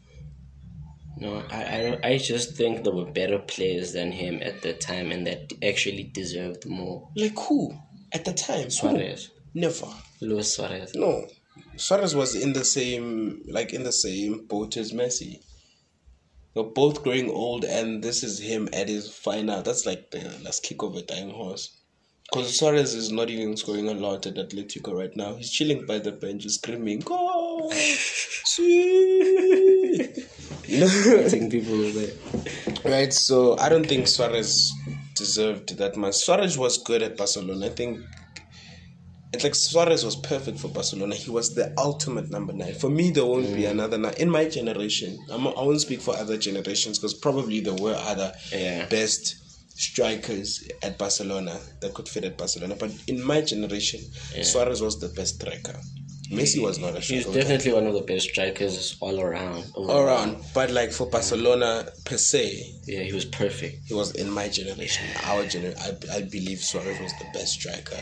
[SPEAKER 1] No, I, I, I just think there were better players than him at that time, and that actually deserved more.
[SPEAKER 2] Like who? At the time, who?
[SPEAKER 1] Suarez,
[SPEAKER 2] never.
[SPEAKER 1] Luis Suarez.
[SPEAKER 2] No, Suarez was in the same, like in the same boat as Messi. They're both growing old, and this is him at his final. That's like the last kick of a dying horse. Because Suarez is not even scoring a lot at Atletico right now. He's chilling by the bench, just screaming, "Goal!" Sweet! you know?
[SPEAKER 1] Hitting people with it.
[SPEAKER 2] Right, so I don't think Suarez deserved that much. Suarez was good at Barcelona. I think it's like Suarez was perfect for Barcelona. He was the ultimate number nine. For me, there won't
[SPEAKER 1] Mm.
[SPEAKER 2] be another nine in my generation. I'm, I won't speak for other generations because probably there were other
[SPEAKER 1] Yeah.
[SPEAKER 2] best strikers at Barcelona that could fit at Barcelona. But in my generation, Suarez was the best striker. Messi was not a
[SPEAKER 1] He's
[SPEAKER 2] striker.
[SPEAKER 1] definitely one of the best strikers all around.
[SPEAKER 2] all around, but like
[SPEAKER 1] Mm.
[SPEAKER 2] for Barcelona per se,
[SPEAKER 1] Yeah, he was perfect.
[SPEAKER 2] he was in my generation, our generation. I, I believe Suarez was the best striker.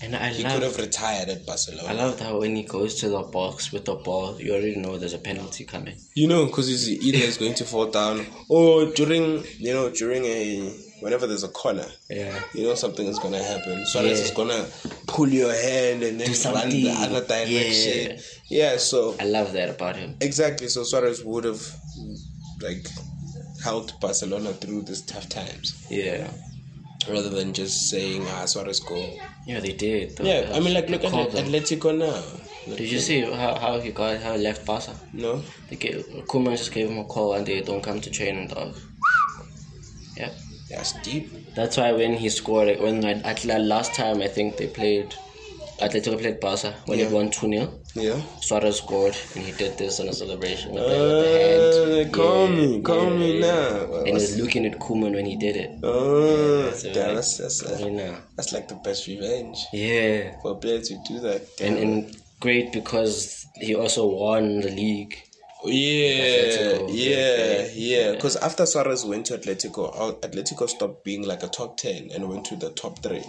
[SPEAKER 1] And I
[SPEAKER 2] He could
[SPEAKER 1] love
[SPEAKER 2] have retired at
[SPEAKER 1] I
[SPEAKER 2] Barcelona.
[SPEAKER 1] love how when he goes to the box with the ball, you already know there's a penalty coming.
[SPEAKER 2] You know, because he's either he's going to fall down or during you know during a whenever there's a corner,
[SPEAKER 1] Yeah.
[SPEAKER 2] you know something is gonna happen. Suarez
[SPEAKER 1] Yeah.
[SPEAKER 2] is gonna pull your hand and then run
[SPEAKER 1] something.
[SPEAKER 2] the other direction. yeah so
[SPEAKER 1] I love that about him.
[SPEAKER 2] exactly. So Suarez would have like helped Barcelona through these tough times
[SPEAKER 1] Yeah.
[SPEAKER 2] rather than just saying ah Suarez go.
[SPEAKER 1] Yeah, they did. though.
[SPEAKER 2] Yeah, I mean like
[SPEAKER 1] They
[SPEAKER 2] look at
[SPEAKER 1] called them.
[SPEAKER 2] Atletico now.
[SPEAKER 1] Did you see how, how he got how he left Barca?
[SPEAKER 2] No.
[SPEAKER 1] They gave, Koeman just gave him a call one day, don't come to training, dog. Yeah.
[SPEAKER 2] That's deep.
[SPEAKER 1] That's why when he scored, like, when at, at la- last time I think they played, Atletico played Barca, when
[SPEAKER 2] Yeah.
[SPEAKER 1] it won 2 0,
[SPEAKER 2] Yeah.
[SPEAKER 1] Suarez scored and he did this in a celebration with, the, with the
[SPEAKER 2] Uh,
[SPEAKER 1] hand.
[SPEAKER 2] call
[SPEAKER 1] Yeah,
[SPEAKER 2] me, call
[SPEAKER 1] yeah,
[SPEAKER 2] me
[SPEAKER 1] yeah.
[SPEAKER 2] now. Well,
[SPEAKER 1] And he was looking at Koeman when he did it.
[SPEAKER 2] uh,
[SPEAKER 1] So,
[SPEAKER 2] damn,
[SPEAKER 1] like,
[SPEAKER 2] that's, that's,
[SPEAKER 1] I
[SPEAKER 2] uh,
[SPEAKER 1] mean, uh,
[SPEAKER 2] that's like the best revenge
[SPEAKER 1] Yeah.
[SPEAKER 2] for a player to do that.
[SPEAKER 1] And,
[SPEAKER 2] Damn.
[SPEAKER 1] and great because he also won the league.
[SPEAKER 2] Oh, yeah,
[SPEAKER 1] Atletico,
[SPEAKER 2] yeah,
[SPEAKER 1] okay.
[SPEAKER 2] yeah. Because after Suarez went to Atletico, uh, Atletico stopped being like a top 10 and went to the top 3.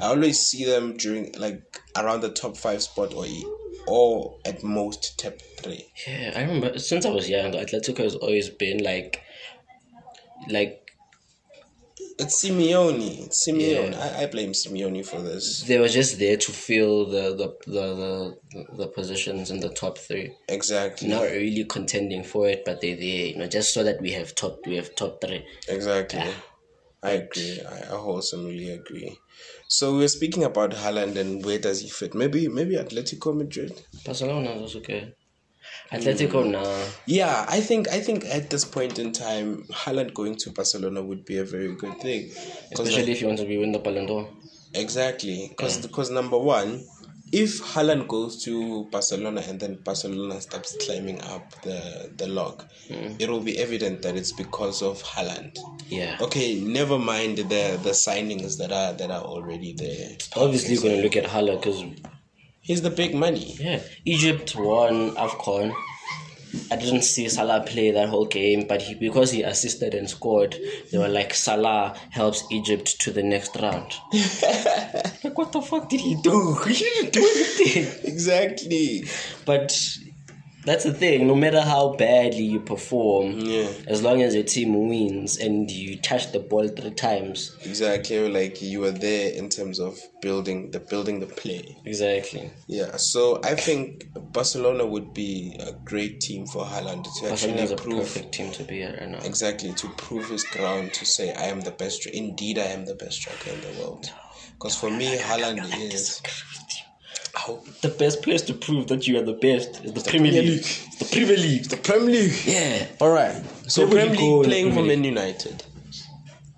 [SPEAKER 2] I always see them during like around the top 5 spot or, e- or at most top 3.
[SPEAKER 1] Yeah, I remember since I was young, Atletico has always been like, like
[SPEAKER 2] It's Simeone. It's Simeone.
[SPEAKER 1] Yeah.
[SPEAKER 2] I, I blame Simeone for this.
[SPEAKER 1] they were just there to fill the the the, the, the positions in the top three.
[SPEAKER 2] Exactly.
[SPEAKER 1] Not really contending for it, but they're there, you know, just so that we have top we have top three.
[SPEAKER 2] Exactly. I agree. I, I wholesomely agree. So we're speaking about Haaland and where does he fit? Maybe maybe Atletico Madrid.
[SPEAKER 1] Barcelona was okay. Atletico nah.
[SPEAKER 2] Yeah, I think I think at this point in time, Haaland going to Barcelona would be a very good thing. 'Cause,
[SPEAKER 1] Especially
[SPEAKER 2] like,
[SPEAKER 1] if you want to be win the Ballon d'Or.
[SPEAKER 2] exactly. Because because number one, if Haaland goes to Barcelona and then Barcelona stops climbing up the the log, it will be evident that it's because of Haaland.
[SPEAKER 1] Yeah.
[SPEAKER 2] Okay, never mind the the signings that are that are already there.
[SPEAKER 1] Obviously, you're going to look at Hala because
[SPEAKER 2] He's the big money.
[SPEAKER 1] Yeah, Egypt won AFCON. I didn't see Salah play that whole game, but he, because he assisted and scored, they were like, Salah helps Egypt to the next round. like, what the fuck did he do? He didn't do anything.
[SPEAKER 2] Exactly.
[SPEAKER 1] But That's the thing. No matter how badly you perform,
[SPEAKER 2] Yeah.
[SPEAKER 1] as long as your team wins and you touch the ball three times,
[SPEAKER 2] Exactly, like you were there in terms of building the building the play.
[SPEAKER 1] exactly.
[SPEAKER 2] Yeah, so I think Barcelona would be a great team for Haaland to
[SPEAKER 1] Barcelona is
[SPEAKER 2] actually
[SPEAKER 1] a
[SPEAKER 2] prove
[SPEAKER 1] perfect team to be at right now.
[SPEAKER 2] exactly to prove his ground to say I am the best. dri- Indeed, I am the best striker in the world. Because for me, Haaland is
[SPEAKER 1] The best place to prove that you are the best is the, Premier
[SPEAKER 2] Premier
[SPEAKER 1] League.
[SPEAKER 2] League.
[SPEAKER 1] It's The Premier League.
[SPEAKER 2] the Premier League.
[SPEAKER 1] Yeah.
[SPEAKER 2] All right, so
[SPEAKER 1] Where would you
[SPEAKER 2] Premier
[SPEAKER 1] go in
[SPEAKER 2] League
[SPEAKER 1] the
[SPEAKER 2] playing for
[SPEAKER 1] Premier
[SPEAKER 2] Man United.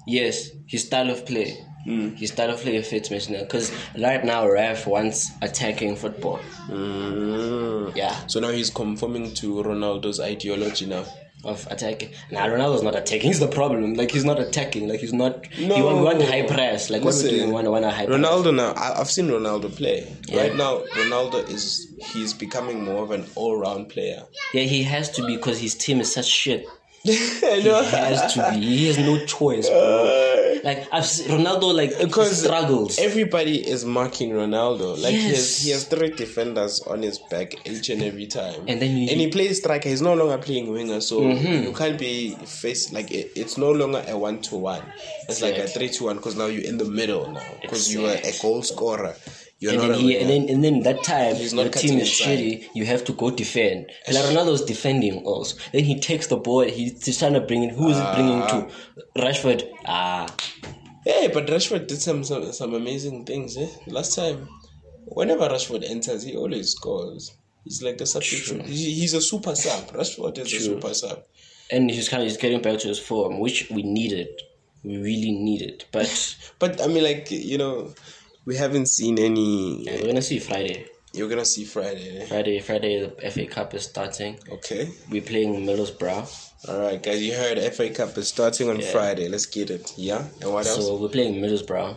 [SPEAKER 1] Yes, his style of play. His style of play fits Messi because right now Raf wants attacking football. Yeah,
[SPEAKER 2] Mm-hmm. So now he's conforming to Ronaldo's ideology now.
[SPEAKER 1] of attacking. Nah, Ronaldo's not attacking. He's the problem. Like he's not attacking. Like he's not. He
[SPEAKER 2] No.
[SPEAKER 1] want, want high press. Like what do you
[SPEAKER 2] Listen,
[SPEAKER 1] want? Want a high press?
[SPEAKER 2] Ronaldo now. I, I've seen Ronaldo play.
[SPEAKER 1] Yeah.
[SPEAKER 2] Right now, Ronaldo is he's becoming more of an all-round player.
[SPEAKER 1] Yeah, he has to be because his team is such shit.
[SPEAKER 2] I
[SPEAKER 1] He
[SPEAKER 2] know.
[SPEAKER 1] has to be. He has no choice, bro. Like I've seen Ronaldo, like
[SPEAKER 2] Because
[SPEAKER 1] struggles.
[SPEAKER 2] Everybody is marking Ronaldo. Like he has
[SPEAKER 1] Yes.
[SPEAKER 2] he has three defenders on his back each and every time.
[SPEAKER 1] And then you- Mm-hmm.
[SPEAKER 2] and he plays striker. He's no longer playing winger, so you can't be faced like it, it's no longer a one to one. It's like a
[SPEAKER 1] Exactly.
[SPEAKER 2] three to one because now you're in the middle now because you are a goal scorer. You're
[SPEAKER 1] and
[SPEAKER 2] not
[SPEAKER 1] then
[SPEAKER 2] a
[SPEAKER 1] he,
[SPEAKER 2] winger.
[SPEAKER 1] and then and then that time
[SPEAKER 2] He's not
[SPEAKER 1] your team
[SPEAKER 2] cutting
[SPEAKER 1] is
[SPEAKER 2] inside.
[SPEAKER 1] shitty. You have to go defend. And like Ronaldo's defending also. Then he takes the ball. He's just trying to bring it. Who is he bringing to? Rashford. Ah,
[SPEAKER 2] Hey, but Rashford did some, some some amazing things. Eh? Last time, whenever Rashford enters, he always scores. He's like a substitute. He, he's a super sub. Rashford is a super sub.
[SPEAKER 1] and he's kind of he's getting back to his form, which we needed. We really needed. But
[SPEAKER 2] But I mean, like you know, we haven't seen any.
[SPEAKER 1] we're gonna see Friday.
[SPEAKER 2] You're gonna see Friday. eh?
[SPEAKER 1] Friday, Friday, the FA Cup is starting.
[SPEAKER 2] Okay.
[SPEAKER 1] We're playing Middlesbrough.
[SPEAKER 2] All right, guys. You heard FA Cup is starting on Friday. Let's get it. Yeah. And what else?
[SPEAKER 1] So we're playing Middlesbrough.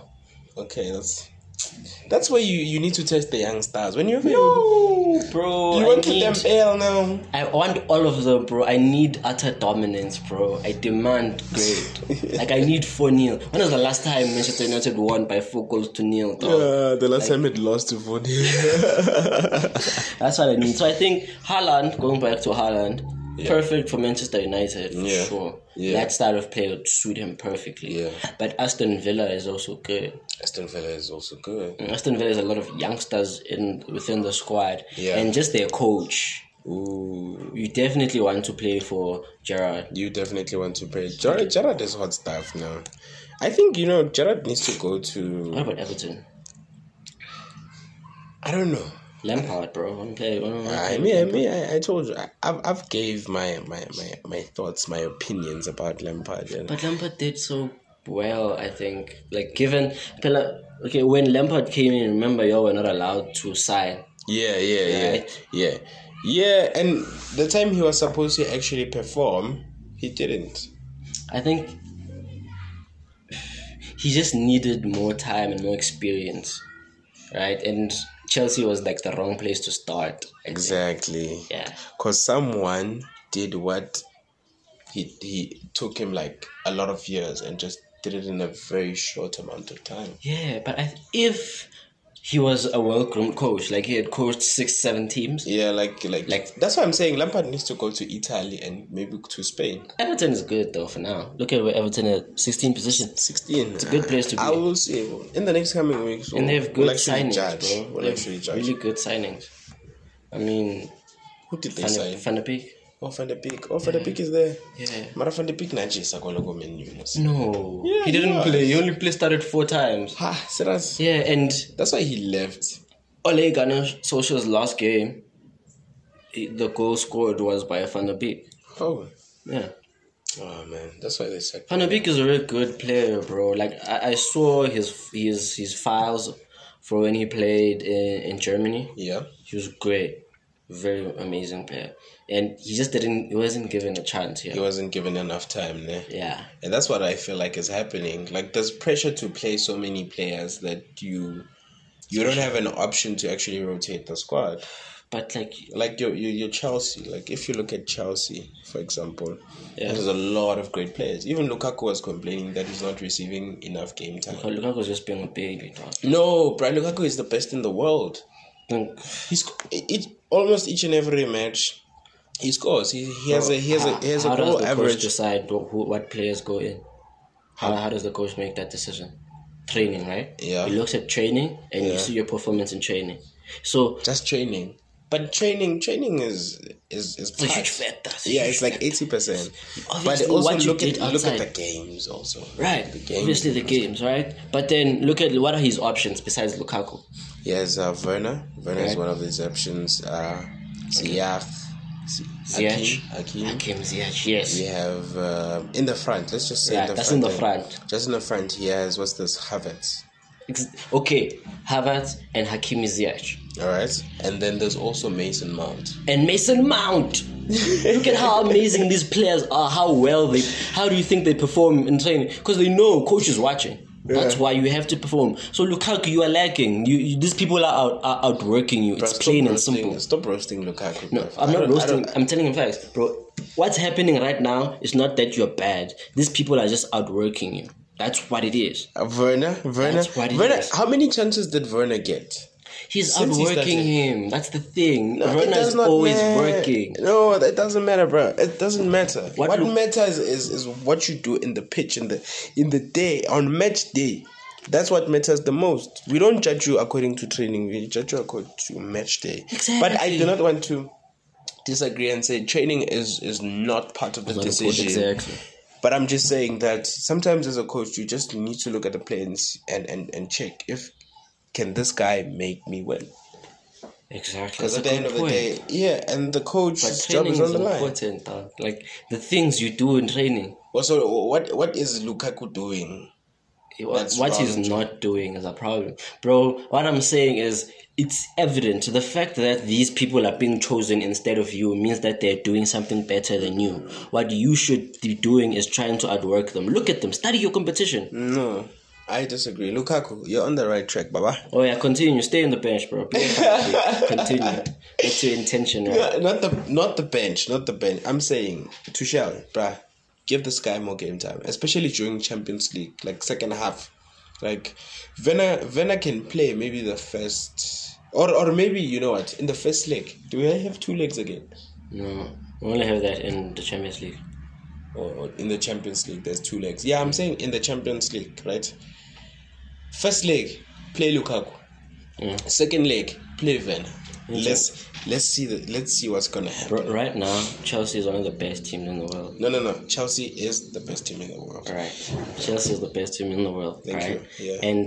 [SPEAKER 2] okay. That's that's where you you need to test the young stars. When you're you
[SPEAKER 1] Oh, bro!
[SPEAKER 2] went to them L now.
[SPEAKER 1] I want all of them, bro. I need utter dominance, bro. I demand great. like I need four nil. When was the last time Manchester United won by four goals to nil? dog?
[SPEAKER 2] Uh, the last time it lost to Vonnie.
[SPEAKER 1] That's what I need. So I think Haaland, going back to Haaland, perfect for Manchester United for
[SPEAKER 2] Yeah.
[SPEAKER 1] sure.
[SPEAKER 2] Yeah.
[SPEAKER 1] That style of play would suit him perfectly.
[SPEAKER 2] Yeah.
[SPEAKER 1] But Aston Villa is also good.
[SPEAKER 2] Aston Villa is also good.
[SPEAKER 1] Aston Villa has a lot of youngsters in within the squad.
[SPEAKER 2] Yeah.
[SPEAKER 1] And just their coach.
[SPEAKER 2] Ooh,
[SPEAKER 1] You definitely want to play for Gerard.
[SPEAKER 2] you definitely want to play. Gerard, Gerard is hot stuff now. I think you know Gerard needs to go to.
[SPEAKER 1] What about Everton?
[SPEAKER 2] I don't know.
[SPEAKER 1] Lampard, bro. One play. One, one
[SPEAKER 2] I mean, I mean, I, I told you, I, I've, I've gave my, my, my, my thoughts, my opinions about Lampard. And
[SPEAKER 1] But Lampard did so well, I think. Like, given. Pella- Okay, when Lampard came in, remember, y'all were not allowed to sign.
[SPEAKER 2] yeah, yeah, yeah,
[SPEAKER 1] Right.
[SPEAKER 2] yeah, yeah. And the time he was supposed to actually perform, he didn't.
[SPEAKER 1] I think he just needed more time and more experience, right? And Chelsea was like the wrong place to start.
[SPEAKER 2] Exactly.
[SPEAKER 1] Yeah.
[SPEAKER 2] because someone did what he he took him like a lot of years and just did it in a very short amount of time.
[SPEAKER 1] Yeah, but I, if he was a well groomed coach, like he had coached six, seven teams,
[SPEAKER 2] Yeah, like like
[SPEAKER 1] Like-
[SPEAKER 2] that's why I'm saying Lampard needs to go to Italy and maybe to Spain.
[SPEAKER 1] Everton is good though for now. Look at where Everton are 16 position.
[SPEAKER 2] Sixteen. It's a
[SPEAKER 1] good place to be.
[SPEAKER 2] I will see in the next coming weeks.
[SPEAKER 1] And they have good
[SPEAKER 2] we'll actually
[SPEAKER 1] signings,
[SPEAKER 2] judge.
[SPEAKER 1] bro.
[SPEAKER 2] We'll
[SPEAKER 1] They have
[SPEAKER 2] actually judge.
[SPEAKER 1] Really good signings. I mean,
[SPEAKER 2] Who did they
[SPEAKER 1] Van,
[SPEAKER 2] sign?
[SPEAKER 1] Van de Beek.
[SPEAKER 2] oh, Van der Beek. Oh, Van der Beek is there.
[SPEAKER 1] Yeah.
[SPEAKER 2] Mara Van der Beek Najee Sakologo Menus.
[SPEAKER 1] No,
[SPEAKER 2] Yeah,
[SPEAKER 1] he didn't
[SPEAKER 2] yeah.
[SPEAKER 1] play. He only played started four times.
[SPEAKER 2] Ha, serious.
[SPEAKER 1] Yeah, and
[SPEAKER 2] That's why he left.
[SPEAKER 1] Ole Gunnar Solskjaer's last game, he- the goal scored was by Van de Beek.
[SPEAKER 2] Oh.
[SPEAKER 1] Yeah.
[SPEAKER 2] Oh man, that's why they said
[SPEAKER 1] Van de Beek is a really good player, bro. Like I, I saw his his his files for when he played in, in Germany.
[SPEAKER 2] Yeah.
[SPEAKER 1] He was great, very amazing player, and he just didn't. He wasn't given a chance
[SPEAKER 2] he
[SPEAKER 1] here.
[SPEAKER 2] wasn't given enough time there.
[SPEAKER 1] Yeah,
[SPEAKER 2] And that's what I feel like is happening. Like there's pressure to play so many players that you you don't have an option to actually rotate the squad.
[SPEAKER 1] but like
[SPEAKER 2] Like your your, your Chelsea, like if you look at Chelsea, for example,
[SPEAKER 1] Yeah.
[SPEAKER 2] there's a lot of great players. Even Lukaku was complaining that he's not receiving enough game time.
[SPEAKER 1] Lukaku's just being a baby, dog.
[SPEAKER 2] No, Brian Lukaku is the best in the world.
[SPEAKER 1] Think-
[SPEAKER 2] He's it, it almost each and every match He scores. He, he has a he has a he has
[SPEAKER 1] how
[SPEAKER 2] a
[SPEAKER 1] does
[SPEAKER 2] goal
[SPEAKER 1] the coach
[SPEAKER 2] average.
[SPEAKER 1] decide who, who- what players go in? How, how does the coach make that decision? Training, right?
[SPEAKER 2] Yeah.
[SPEAKER 1] He looks at training and
[SPEAKER 2] Yeah.
[SPEAKER 1] you see your performance in training. So
[SPEAKER 2] Just training, but training training is is is
[SPEAKER 1] it's a huge
[SPEAKER 2] part.
[SPEAKER 1] factor. It's a
[SPEAKER 2] Yeah,
[SPEAKER 1] huge
[SPEAKER 2] it's like
[SPEAKER 1] factor.
[SPEAKER 2] eighty percent. But
[SPEAKER 1] Obviously,
[SPEAKER 2] also
[SPEAKER 1] what you
[SPEAKER 2] look at
[SPEAKER 1] did
[SPEAKER 2] look at
[SPEAKER 1] outside.
[SPEAKER 2] the games also.
[SPEAKER 1] Right.
[SPEAKER 2] The games.
[SPEAKER 1] Obviously the games, right? But then look at what are his options besides Lukaku.
[SPEAKER 2] Yes, uh, Werner. Werner is
[SPEAKER 1] Right.
[SPEAKER 2] one of the exceptions. Uh, Ziyech.
[SPEAKER 1] Ziyech.
[SPEAKER 2] Hakim. Hakim.
[SPEAKER 1] Hakim Ziyech, yes.
[SPEAKER 2] We have uh, in the front. Let's just say
[SPEAKER 1] Right,
[SPEAKER 2] in the
[SPEAKER 1] that's in
[SPEAKER 2] front.
[SPEAKER 1] the
[SPEAKER 2] then.
[SPEAKER 1] front.
[SPEAKER 2] Just in the front. He has what's this Havertz.
[SPEAKER 1] Ex- Okay, Havertz and Hakim Ziyech.
[SPEAKER 2] All right, and then there's also Mason Mount.
[SPEAKER 1] and Mason Mount. Look at how amazing these players are. How well they. How do you think they perform in training? Because they know coach is watching. That's why you have to perform. So Lukaku, you are lacking. You, you these people are out are outworking you. It's
[SPEAKER 2] Stop
[SPEAKER 1] plain and
[SPEAKER 2] roasting-
[SPEAKER 1] simple.
[SPEAKER 2] Stop roasting Lukaku.
[SPEAKER 1] No,
[SPEAKER 2] bruv. I
[SPEAKER 1] I'm not
[SPEAKER 2] don't- I
[SPEAKER 1] roasting.
[SPEAKER 2] don't-
[SPEAKER 1] I'm telling you facts, bro. What's happening right now is not that you're bad. These people are just outworking you. That's what it is.
[SPEAKER 2] Uh, Werner, Werner,
[SPEAKER 1] That's what it
[SPEAKER 2] Werner.
[SPEAKER 1] is.
[SPEAKER 2] How many chances did Werner get?
[SPEAKER 1] He's
[SPEAKER 2] Since he
[SPEAKER 1] outworking
[SPEAKER 2] started-
[SPEAKER 1] him. That's the thing.
[SPEAKER 2] It
[SPEAKER 1] Werner
[SPEAKER 2] does
[SPEAKER 1] is
[SPEAKER 2] not
[SPEAKER 1] always
[SPEAKER 2] matter.
[SPEAKER 1] working.
[SPEAKER 2] No, it doesn't matter, bro. It doesn't matter. What,
[SPEAKER 1] What Lu-
[SPEAKER 2] matters is, is what you do in the pitch in the in the day on match day. That's what matters the most. We don't judge you according to training. We judge you according to match day. But I do
[SPEAKER 1] Exactly.
[SPEAKER 2] not want to disagree and say training is is not part of the
[SPEAKER 1] Not a coach,
[SPEAKER 2] decision.
[SPEAKER 1] Exactly.
[SPEAKER 2] But I'm just saying that sometimes as a coach, you just need to look at the plans and and and check if can this guy make me win.
[SPEAKER 1] Exactly.
[SPEAKER 2] Because
[SPEAKER 1] That's
[SPEAKER 2] at
[SPEAKER 1] a
[SPEAKER 2] the end
[SPEAKER 1] good
[SPEAKER 2] of the
[SPEAKER 1] point.
[SPEAKER 2] day, yeah, and the coach's
[SPEAKER 1] But
[SPEAKER 2] job
[SPEAKER 1] training
[SPEAKER 2] is
[SPEAKER 1] is,
[SPEAKER 2] on the line.
[SPEAKER 1] important, dog. Like the things you do in training,
[SPEAKER 2] Also, Oh, what what is Lukaku doing? That's
[SPEAKER 1] eh, what he's
[SPEAKER 2] wrong,
[SPEAKER 1] not doing is a problem, bro. What I'm saying is, it's evident the fact that these people are being chosen instead of you means that they're doing something better than you. What you should be doing is trying to outwork them. Look at them. Study your competition.
[SPEAKER 2] No, I disagree. Lukaku, you're on the right track, Baba.
[SPEAKER 1] Oh yeah, continue. Stay on the bench, bro. Play quietly. continue. That's your intention, right?
[SPEAKER 2] Uh, Not the not the bench, not the bench. I'm saying Tuchel, bruh, give this guy more game time, especially during Champions League, like second half. Like Vena Vena can play maybe the first or or maybe you know what in the first leg. Do we have two legs again?
[SPEAKER 1] No, we only have that in the Champions League.
[SPEAKER 2] or, or in the Champions League, there's two legs. Yeah, I'm saying in the Champions League, right? First leg, play Lukaku.
[SPEAKER 1] Yeah.
[SPEAKER 2] Second leg, play Werner. Let's let's see the let's see what's gonna happen.
[SPEAKER 1] Bro, right now, Chelsea is one of the best teams in the world.
[SPEAKER 2] No, no, no. Chelsea is the best team in the world.
[SPEAKER 1] Right. Chelsea is the best team in the world.
[SPEAKER 2] Thank
[SPEAKER 1] right?
[SPEAKER 2] you, yeah.
[SPEAKER 1] And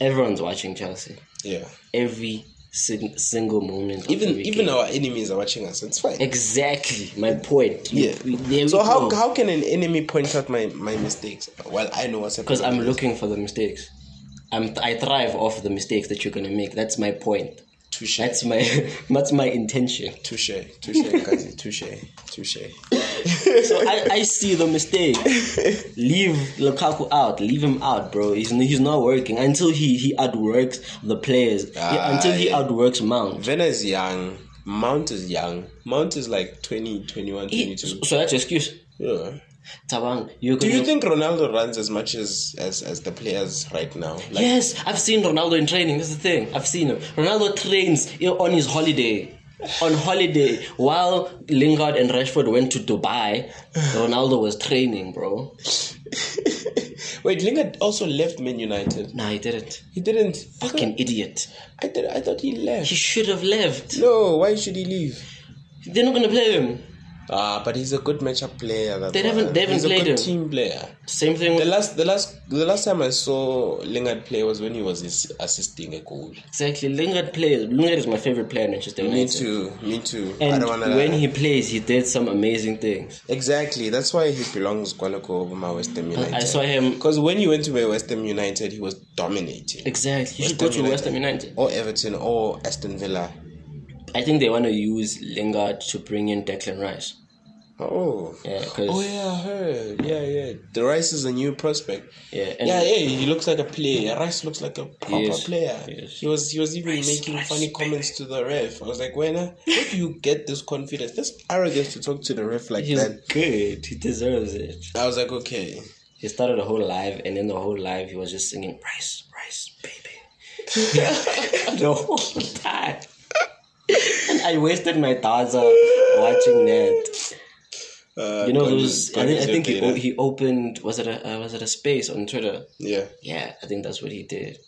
[SPEAKER 1] everyone's watching Chelsea.
[SPEAKER 2] Yeah.
[SPEAKER 1] Every sing- single moment. of
[SPEAKER 2] Even
[SPEAKER 1] every
[SPEAKER 2] even
[SPEAKER 1] game.
[SPEAKER 2] our enemies are watching us. It's fine.
[SPEAKER 1] exactly my point. You-
[SPEAKER 2] Yeah.
[SPEAKER 1] you- there we
[SPEAKER 2] So how
[SPEAKER 1] go.
[SPEAKER 2] how can an enemy point out my my mistakes? Well, I know what's happening.
[SPEAKER 1] Because I'm looking for the mistakes. I'm I thrive off the mistakes that you're gonna make. That's my point.
[SPEAKER 2] touche,
[SPEAKER 1] That's my that's my intention.
[SPEAKER 2] touche, touche, guys, touche, touche.
[SPEAKER 1] So I, I see the mistake. Leave Lukaku out. Leave him out, bro. He's he's not working until he he outworks the players.
[SPEAKER 2] Ah,
[SPEAKER 1] yeah, until he
[SPEAKER 2] yeah.
[SPEAKER 1] outworks Mount.
[SPEAKER 2] Vena is young. Mount is young. Mount is like 20, 21, 22.
[SPEAKER 1] So that's your excuse.
[SPEAKER 2] Yeah.
[SPEAKER 1] Tabang, you're
[SPEAKER 2] Do
[SPEAKER 1] gonna.
[SPEAKER 2] you think Ronaldo runs as much as, as, as the players right now? Like,
[SPEAKER 1] yes, I've seen Ronaldo in training. That's the thing. I've seen him. Ronaldo trains i- on his holiday. On holiday, while Lingard and Rashford went to Dubai, Ronaldo was training, bro.
[SPEAKER 2] Wait, Lingard also left Man United.
[SPEAKER 1] Nah, he didn't.
[SPEAKER 2] He didn't.
[SPEAKER 1] Fucking idiot.
[SPEAKER 2] I, th- I thought he left.
[SPEAKER 1] He should have left.
[SPEAKER 2] No, why should he leave?
[SPEAKER 1] They're not gonna play him.
[SPEAKER 2] Ah, but he's a good matchup player. That
[SPEAKER 1] They
[SPEAKER 2] one.
[SPEAKER 1] haven't- they haven't
[SPEAKER 2] he's a
[SPEAKER 1] played
[SPEAKER 2] good
[SPEAKER 1] him.
[SPEAKER 2] team player.
[SPEAKER 1] Same thing
[SPEAKER 2] The
[SPEAKER 1] with
[SPEAKER 2] last, the last, the last time I saw Lingard play was when he was ass- assisting a goal.
[SPEAKER 1] exactly Lingard plays. Lingard is my favorite player in Manchester
[SPEAKER 2] Me
[SPEAKER 1] United.
[SPEAKER 2] too. Me too. I
[SPEAKER 1] And
[SPEAKER 2] don't wanna
[SPEAKER 1] when
[SPEAKER 2] lie.
[SPEAKER 1] he plays, he did some amazing things.
[SPEAKER 2] Exactly. That's why he belongs Guanaco over my West Ham United.
[SPEAKER 1] I saw him
[SPEAKER 2] Because when he went to my West Ham United, he was dominating.
[SPEAKER 1] exactly. He should
[SPEAKER 2] West
[SPEAKER 1] go
[SPEAKER 2] Ham
[SPEAKER 1] to West Ham United.
[SPEAKER 2] Or Everton or Aston Villa.
[SPEAKER 1] I think they want to use Lingard to bring in Declan Rice.
[SPEAKER 2] Oh.
[SPEAKER 1] Yeah, because
[SPEAKER 2] Oh yeah, I heard. Yeah, yeah. The Rice is a new prospect.
[SPEAKER 1] yeah, and
[SPEAKER 2] Yeah, yeah. He looks like a player. Rice looks like a proper
[SPEAKER 1] Yes,
[SPEAKER 2] player.
[SPEAKER 1] yes.
[SPEAKER 2] He was, he was even
[SPEAKER 1] Rice,
[SPEAKER 2] making
[SPEAKER 1] Rice,
[SPEAKER 2] funny
[SPEAKER 1] baby.
[SPEAKER 2] comments to the ref. I was like, Werner, where do you get this confidence, this arrogance to talk to the ref like
[SPEAKER 1] he's
[SPEAKER 2] that?
[SPEAKER 1] good. He deserves it.
[SPEAKER 2] I was like, okay.
[SPEAKER 1] He started a whole live, and in the whole live, he was just singing "Rice, Rice, Baby" the whole time. And I wasted my Daza watching that.
[SPEAKER 2] Uh,
[SPEAKER 1] You know
[SPEAKER 2] Gonzo-
[SPEAKER 1] those. I think, I
[SPEAKER 2] Gonzo
[SPEAKER 1] think he,
[SPEAKER 2] Beta.
[SPEAKER 1] o- he opened. Was it a uh, was it a space on Twitter?
[SPEAKER 2] yeah.
[SPEAKER 1] Yeah, I think that's what he did.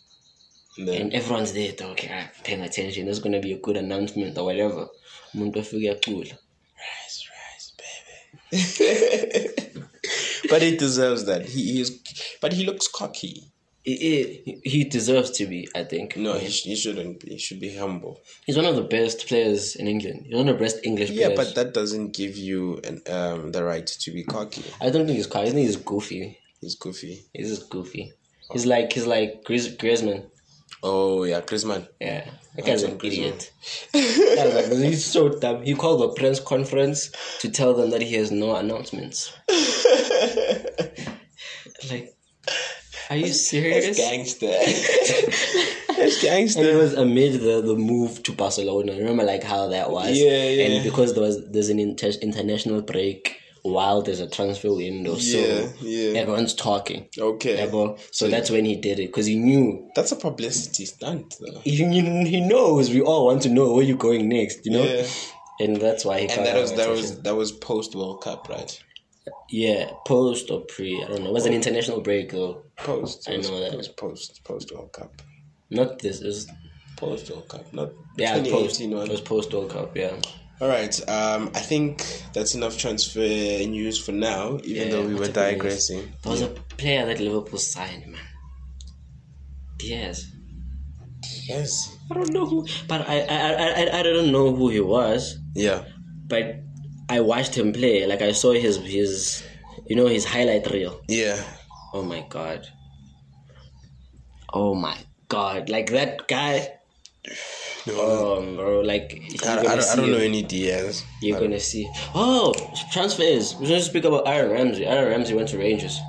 [SPEAKER 2] And then,
[SPEAKER 1] And everyone's there. they're Okay, ah, paying attention. There's gonna be a good announcement or whatever. Umuntu ofika acula.
[SPEAKER 2] Rice, rice, baby. but he deserves that. He he is, but he looks cocky.
[SPEAKER 1] He, he, he deserves to be. I think.
[SPEAKER 2] No, he, sh- he shouldn't. Be. He should be humble.
[SPEAKER 1] He's one of the best players in England. He's one of the best English
[SPEAKER 2] Yeah,
[SPEAKER 1] players.
[SPEAKER 2] but that doesn't give you an um the right to be cocky.
[SPEAKER 1] I don't think he's cocky. I think he's goofy.
[SPEAKER 2] He's goofy.
[SPEAKER 1] He's just goofy. He's like he's like Grizz, Griezmann.
[SPEAKER 2] Oh yeah, Griezmann.
[SPEAKER 1] Yeah, that guy's an
[SPEAKER 2] Antoine Griezmann.
[SPEAKER 1] idiot. That was like, he's so dumb. He called the press conference to tell them that he has no announcements. like, are you serious?
[SPEAKER 2] gangster. That's gangster.
[SPEAKER 1] And it was amid the, the move to Barcelona. Remember, like how that was.
[SPEAKER 2] Yeah, yeah.
[SPEAKER 1] And because there was there's an inter- international break while there's a transfer window,
[SPEAKER 2] Yeah,
[SPEAKER 1] so
[SPEAKER 2] yeah.
[SPEAKER 1] everyone's talking.
[SPEAKER 2] Okay.
[SPEAKER 1] Yabo. So that's when he did it because he knew
[SPEAKER 2] That's a publicity stunt, though.
[SPEAKER 1] he, he he knows we all want to know where you're going next, you know?
[SPEAKER 2] Yeah.
[SPEAKER 1] And that's why he got
[SPEAKER 2] And that
[SPEAKER 1] our
[SPEAKER 2] was that
[SPEAKER 1] attention.
[SPEAKER 2] was that was post World Cup, right?
[SPEAKER 1] Yeah, post or pre, I don't know. It was
[SPEAKER 2] Oh.
[SPEAKER 1] an international break though.
[SPEAKER 2] Post.
[SPEAKER 1] I know that.
[SPEAKER 2] It was post post World Cup.
[SPEAKER 1] Not this, it was
[SPEAKER 2] Post World Cup, not the
[SPEAKER 1] yeah, post.
[SPEAKER 2] 2018
[SPEAKER 1] It
[SPEAKER 2] one.
[SPEAKER 1] was post World Cup, yeah.
[SPEAKER 2] All right. Um, I think that's enough transfer news for now. Even
[SPEAKER 1] Yeah,
[SPEAKER 2] though we
[SPEAKER 1] what
[SPEAKER 2] were
[SPEAKER 1] happened is-
[SPEAKER 2] digressing.
[SPEAKER 1] There was a player that Liverpool signed, man. Yes.
[SPEAKER 2] Yes.
[SPEAKER 1] I don't know who but I I, I, I I don't know who he was,
[SPEAKER 2] Yeah.
[SPEAKER 1] but I watched him play. Like I saw his his you know, his highlight reel.
[SPEAKER 2] Yeah.
[SPEAKER 1] Oh my god. Oh my god. Like that guy. Um, bro, like
[SPEAKER 2] Oh, I,
[SPEAKER 1] you're
[SPEAKER 2] I,
[SPEAKER 1] gonna
[SPEAKER 2] don't, I
[SPEAKER 1] see
[SPEAKER 2] don't know
[SPEAKER 1] it.
[SPEAKER 2] any Diaz.
[SPEAKER 1] You're gonna see. Oh, transfers. We're gonna speak about Aaron Ramsey. Aaron Ramsey went to Rangers.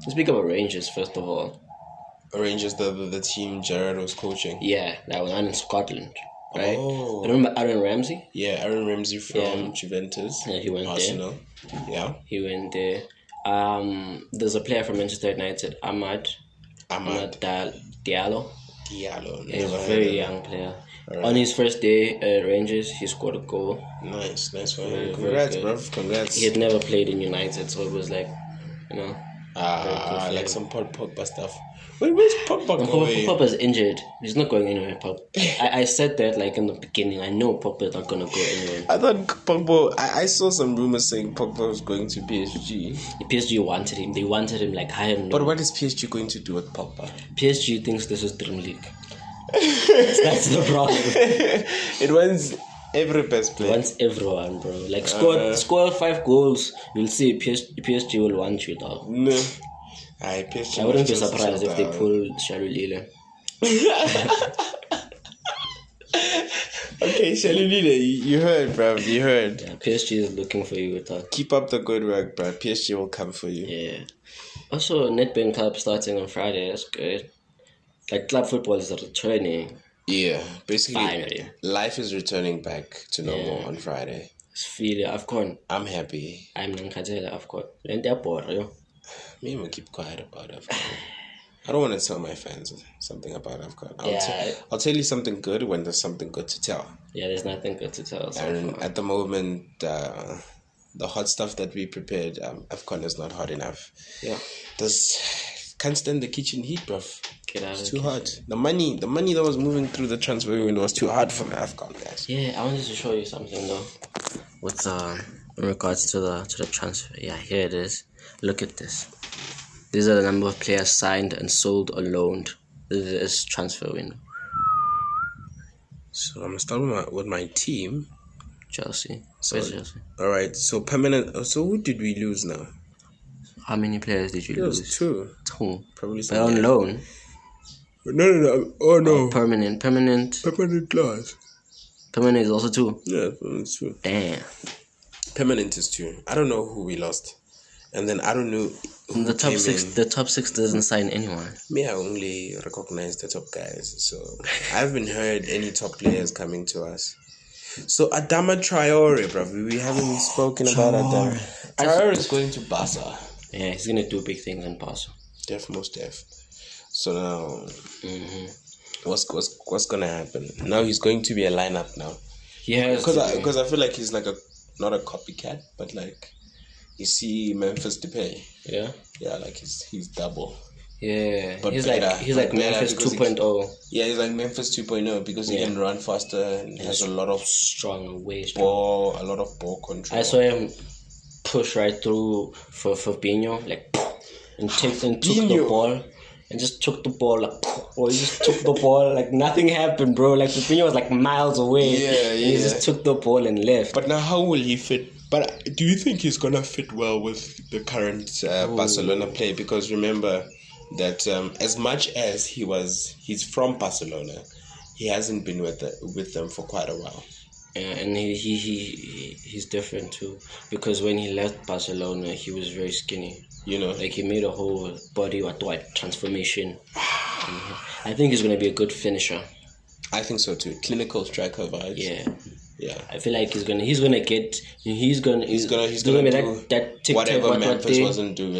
[SPEAKER 1] Let's speak about Rangers first of all.
[SPEAKER 2] Rangers, the, the the team Jared was coaching.
[SPEAKER 1] Yeah, that was in Scotland, right?
[SPEAKER 2] Oh.
[SPEAKER 1] Remember Aaron Ramsey?
[SPEAKER 2] Yeah, Aaron Ramsey from
[SPEAKER 1] Yeah.
[SPEAKER 2] Juventus.
[SPEAKER 1] Yeah, he went there.
[SPEAKER 2] Arsenal. Yeah.
[SPEAKER 1] He went there. Um, there's a player from Manchester United, Ahmad
[SPEAKER 2] Ahmad
[SPEAKER 1] Ahmad Dal- Diallo.
[SPEAKER 2] Diallo.
[SPEAKER 1] He's
[SPEAKER 2] Never
[SPEAKER 1] a
[SPEAKER 2] heard
[SPEAKER 1] very
[SPEAKER 2] of him.
[SPEAKER 1] young player. On his first day at Rangers, he scored a goal.
[SPEAKER 2] Nice, nice one.
[SPEAKER 1] very
[SPEAKER 2] Congrats,
[SPEAKER 1] good.
[SPEAKER 2] bruv. Congrats.
[SPEAKER 1] He had never played in United, so it was like, you know,
[SPEAKER 2] Ah,
[SPEAKER 1] Very good
[SPEAKER 2] like
[SPEAKER 1] for
[SPEAKER 2] some Paul Pogba stuff. Wait, where's Pogba going?
[SPEAKER 1] Pop- Popper's injured. He's not going anywhere. Pop. I, I said that like in the beginning. I know Popper's not gonna go anywhere.
[SPEAKER 2] I thought Pogba. I, I saw some rumors saying Pogba was going to PSG.
[SPEAKER 1] PSG wanted him. They wanted him like high and low.
[SPEAKER 2] But what is PSG going to do with Pogba?
[SPEAKER 1] PSG thinks this is Dream League. That's the problem.
[SPEAKER 2] it wants every best player.
[SPEAKER 1] Once everyone, bro, like score score five goals, you'll see PSG, PSG will want you dog.
[SPEAKER 2] No. I PSG.
[SPEAKER 1] I wouldn't be
[SPEAKER 2] must just
[SPEAKER 1] surprised
[SPEAKER 2] chill
[SPEAKER 1] if they
[SPEAKER 2] down.
[SPEAKER 1] pull Sharul Ile.
[SPEAKER 2] Okay, Shalulile, you, you heard, bruv. You heard.
[SPEAKER 1] Yeah, PSG is looking for you, dog.
[SPEAKER 2] Keep up the good work, bruv. PSG will come for you.
[SPEAKER 1] Yeah. Also, NetBank Cup starting on Friday. That's good. Like club football is returning.
[SPEAKER 2] Yeah, basically,
[SPEAKER 1] Finally.
[SPEAKER 2] life is returning back to normal
[SPEAKER 1] Yeah.
[SPEAKER 2] on Friday.
[SPEAKER 1] It's feeling Afcon.
[SPEAKER 2] I'm happy.
[SPEAKER 1] I'm Nankatela Afcon. Lente abhorra, yo.
[SPEAKER 2] Me and we keep quiet about it. I don't want to tell my fans something about Afghan. I'll,
[SPEAKER 1] Yeah.
[SPEAKER 2] te- I'll tell you something good when there's something good to tell.
[SPEAKER 1] Yeah, there's nothing good to tell. So
[SPEAKER 2] And
[SPEAKER 1] far.
[SPEAKER 2] at the moment, uh, the hot stuff that we prepared, um, Afghan is not hot enough.
[SPEAKER 1] Yeah.
[SPEAKER 2] Does can't stand the kitchen heat, bruv.
[SPEAKER 1] Get out
[SPEAKER 2] It's
[SPEAKER 1] of
[SPEAKER 2] too
[SPEAKER 1] here.
[SPEAKER 2] hot. The money, the money that was moving through the transfer window was too hard for my Afghan guys.
[SPEAKER 1] Yeah, I wanted to show you something though. With uh, in regards to the to the transfer. Yeah, here it is. Look at this. These are the number of players signed and sold or loaned this transfer window.
[SPEAKER 2] So I'm gonna start with my, with my team.
[SPEAKER 1] Chelsea. Where's Chelsea?
[SPEAKER 2] All right. So permanent. So who did we lose now?
[SPEAKER 1] How many players did you
[SPEAKER 2] It
[SPEAKER 1] lose?
[SPEAKER 2] was two.
[SPEAKER 1] Two.
[SPEAKER 2] Probably
[SPEAKER 1] But on
[SPEAKER 2] some.
[SPEAKER 1] loan.
[SPEAKER 2] No, no, no. Oh no.
[SPEAKER 1] Permanent. Permanent.
[SPEAKER 2] Permanent class.
[SPEAKER 1] Permanent is also two.
[SPEAKER 2] Yeah, permanent is two.
[SPEAKER 1] Damn.
[SPEAKER 2] Permanent is two. I don't know who we lost, and then I don't know. Who
[SPEAKER 1] The top
[SPEAKER 2] came
[SPEAKER 1] six.
[SPEAKER 2] in.
[SPEAKER 1] The top six doesn't sign anyone.
[SPEAKER 2] Me, I only recognize the top guys, so I haven't heard any top players coming to us. So Adama Traore, bruv, we haven't spoken about Adama. Traore is going to Barca.
[SPEAKER 1] Yeah, he's gonna do big things in Barca.
[SPEAKER 2] Def most def. So now, Mm-hmm. what's what's what's gonna happen? Now Mm-hmm. he's going to be a lineup now.
[SPEAKER 1] He has
[SPEAKER 2] Because I
[SPEAKER 1] to-
[SPEAKER 2] because I feel like he's like a not a copycat, but like you see Memphis Depay.
[SPEAKER 1] yeah.
[SPEAKER 2] Yeah, like he's he's double.
[SPEAKER 1] Yeah,
[SPEAKER 2] But
[SPEAKER 1] he's
[SPEAKER 2] better,
[SPEAKER 1] like he's
[SPEAKER 2] but
[SPEAKER 1] like
[SPEAKER 2] better
[SPEAKER 1] Memphis oh.
[SPEAKER 2] because
[SPEAKER 1] 2.0,
[SPEAKER 2] Yeah, he's like Memphis 2.0 because he
[SPEAKER 1] Yeah.
[SPEAKER 2] can run faster and has a lot of
[SPEAKER 1] strong, way strong.
[SPEAKER 2] ball, a lot of ball control.
[SPEAKER 1] I saw him push right through for Fabinho, like, and take and took the
[SPEAKER 2] Fabinho.
[SPEAKER 1] ball and just took the ball, like, or he just took the ball, like nothing happened, bro. Like Fabinho was like miles away.
[SPEAKER 2] Yeah,
[SPEAKER 1] and He
[SPEAKER 2] yeah.
[SPEAKER 1] just took the ball and left.
[SPEAKER 2] But now, how will he fit? But do you think he's gonna fit well with the current uh,
[SPEAKER 1] Oh.
[SPEAKER 2] Barcelona play? Because remember that um, as much as he was, he's from Barcelona. He hasn't been with the, with them for quite a while.
[SPEAKER 1] Yeah, and he, he he he's different too because when he left Barcelona, he was very skinny.
[SPEAKER 2] You know,
[SPEAKER 1] Like he made a whole body what- what transformation. I think he's gonna be a good finisher.
[SPEAKER 2] I think so too. Clinical striker vibes.
[SPEAKER 1] Yeah,
[SPEAKER 2] yeah.
[SPEAKER 1] I feel like he's gonna he's gonna get he's gonna
[SPEAKER 2] He's gonna he's
[SPEAKER 1] gonna,
[SPEAKER 2] gonna,
[SPEAKER 1] be
[SPEAKER 2] do
[SPEAKER 1] that that tic tac
[SPEAKER 2] whatever
[SPEAKER 1] what what
[SPEAKER 2] Memphis
[SPEAKER 1] thing.
[SPEAKER 2] wasn't doing.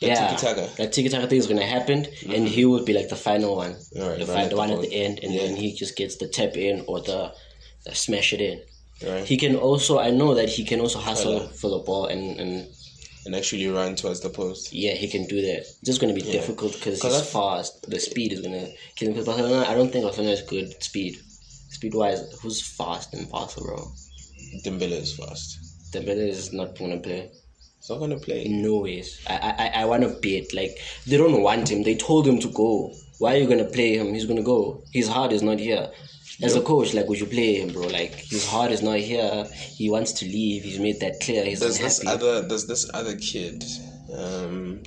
[SPEAKER 2] The
[SPEAKER 1] yeah,
[SPEAKER 2] tiki-taka.
[SPEAKER 1] that tiki taka thing is gonna happen, and he will be like the final one,
[SPEAKER 2] Alright,
[SPEAKER 1] the,
[SPEAKER 2] right
[SPEAKER 1] final
[SPEAKER 2] at the
[SPEAKER 1] one at
[SPEAKER 2] point.
[SPEAKER 1] the end, and
[SPEAKER 2] Yeah.
[SPEAKER 1] then he just gets the tap in or the, the smash it in.
[SPEAKER 2] Right.
[SPEAKER 1] He can also I know that he can also hustle
[SPEAKER 2] Colour.
[SPEAKER 1] for the ball and and
[SPEAKER 2] and actually run towards the post.
[SPEAKER 1] Yeah, he can do that. It's just going to be difficult because he's
[SPEAKER 2] that's-
[SPEAKER 1] fast. The speed is going to kill him. Because Barcelona, I don't think Barcelona is good at speed. Speed wise, who's fast in Barca, bro?
[SPEAKER 2] Dembele is fast.
[SPEAKER 1] Dembele is not going to play.
[SPEAKER 2] He's not gonna play.
[SPEAKER 1] In no ways. I I, I- I want to bet. Like, they don't want him. They told him to go. Why are you going to play him? He's going to go. His heart is not here. As a coach, like, would you play him, bro? Like, his heart is not here. He wants to leave. He's made that clear. He's
[SPEAKER 2] There's
[SPEAKER 1] unhappy.
[SPEAKER 2] this other there's this other kid. Um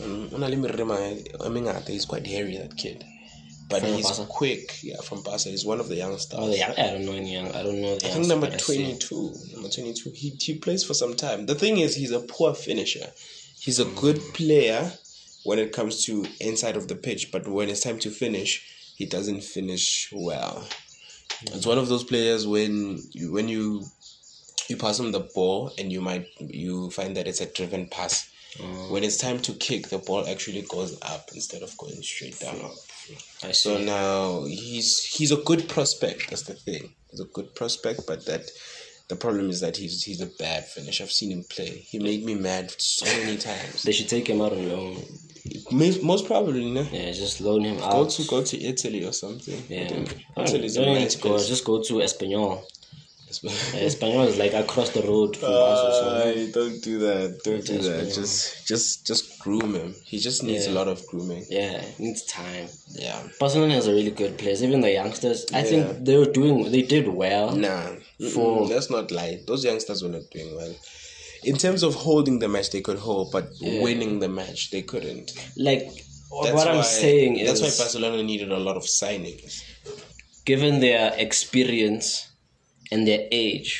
[SPEAKER 2] um, Unalimi Rema, I mean, I think he's quite hairy that kid. But
[SPEAKER 1] From
[SPEAKER 2] he's
[SPEAKER 1] Barca?
[SPEAKER 2] quick, yeah, from Barca. He's one of the young stars.
[SPEAKER 1] Oh, the young, I don't know any young. I don't know the
[SPEAKER 2] I
[SPEAKER 1] young.
[SPEAKER 2] think number twenty two. Number twenty two. He he plays for some time. The thing is he's a poor finisher. He's a good player when it comes to inside of the pitch, but when it's time to finish, he doesn't finish well. It's one of those players when you when you you pass him the ball and you might you find that it's a driven pass. When it's time to kick, the ball actually goes up instead of going straight down.
[SPEAKER 1] I see.
[SPEAKER 2] So now he's he's a good prospect. That's the thing. He's a good prospect, but that the problem is that he's he's a bad finish. I've seen him play. He made me mad so many times.
[SPEAKER 1] They should take him out on loan.
[SPEAKER 2] Most most probably, no.
[SPEAKER 1] Yeah, just loan him out.
[SPEAKER 2] Go to go to Italy or something.
[SPEAKER 1] yeah. Don't
[SPEAKER 2] Italy is a
[SPEAKER 1] even
[SPEAKER 2] nice
[SPEAKER 1] go,
[SPEAKER 2] place.
[SPEAKER 1] just go to Espanol.
[SPEAKER 2] Uh,
[SPEAKER 1] Espanol is like across the road from us or something.
[SPEAKER 2] don't do that. Don't do
[SPEAKER 1] Just
[SPEAKER 2] that.
[SPEAKER 1] groom.
[SPEAKER 2] Just just just groom him. He just needs a lot of grooming.
[SPEAKER 1] Yeah, it needs time.
[SPEAKER 2] Yeah.
[SPEAKER 1] Barcelona has a really good players. Even the youngsters, I
[SPEAKER 2] Yeah.
[SPEAKER 1] think they were doing, they did well.
[SPEAKER 2] Nah, for let's not lie. Those youngsters were not doing well. In terms of holding the match, they could hold, but winning the match, they couldn't.
[SPEAKER 1] Like what I'm saying
[SPEAKER 2] that's
[SPEAKER 1] is,
[SPEAKER 2] why Barcelona needed a lot of signings.
[SPEAKER 1] given their experience and their age,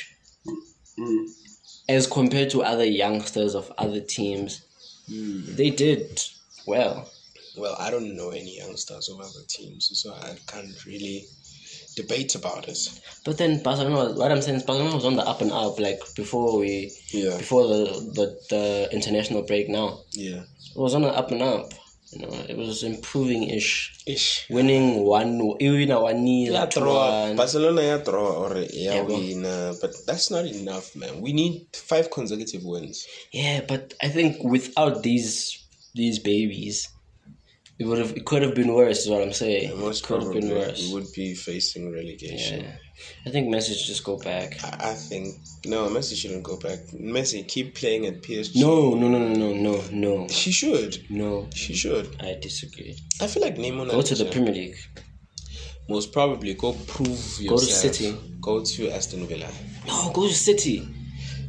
[SPEAKER 1] as compared to other youngsters of other teams,
[SPEAKER 2] Hmm.
[SPEAKER 1] they did well.
[SPEAKER 2] Well, I don't know any youngsters of other teams, so I can't really debate about it.
[SPEAKER 1] But then Barcelona, was- what I'm saying is Barcelona was on the up and up, like before we,
[SPEAKER 2] Yeah.
[SPEAKER 1] before the, the the international break. Now
[SPEAKER 2] Yeah,
[SPEAKER 1] it was on the up and up. You know, it was improving ish,
[SPEAKER 2] ish.
[SPEAKER 1] winning one, even one nil,
[SPEAKER 2] Yeah,
[SPEAKER 1] two
[SPEAKER 2] draw.
[SPEAKER 1] one.
[SPEAKER 2] Barcelona, yeah, draw or yeah,
[SPEAKER 1] Yeah, well.
[SPEAKER 2] win. Uh, but that's not enough, man. We need five consecutive wins.
[SPEAKER 1] Yeah, but I think without these these babies, it would have it could have been worse. Is what I'm saying.
[SPEAKER 2] Most
[SPEAKER 1] it could have
[SPEAKER 2] probably,
[SPEAKER 1] been worse.
[SPEAKER 2] we would be facing relegation.
[SPEAKER 1] Yeah. I think Messi should just go back.
[SPEAKER 2] I I think no, Messi shouldn't go back. Messi keep playing at PSG.
[SPEAKER 1] No, no, no, no, no, no, no,
[SPEAKER 2] she should.
[SPEAKER 1] no.
[SPEAKER 2] She should.
[SPEAKER 1] I disagree.
[SPEAKER 2] I feel like Neymar.
[SPEAKER 1] Go to the Premier League.
[SPEAKER 2] most probably go prove yourself.
[SPEAKER 1] City.
[SPEAKER 2] Go to Aston Villa.
[SPEAKER 1] No, go to City.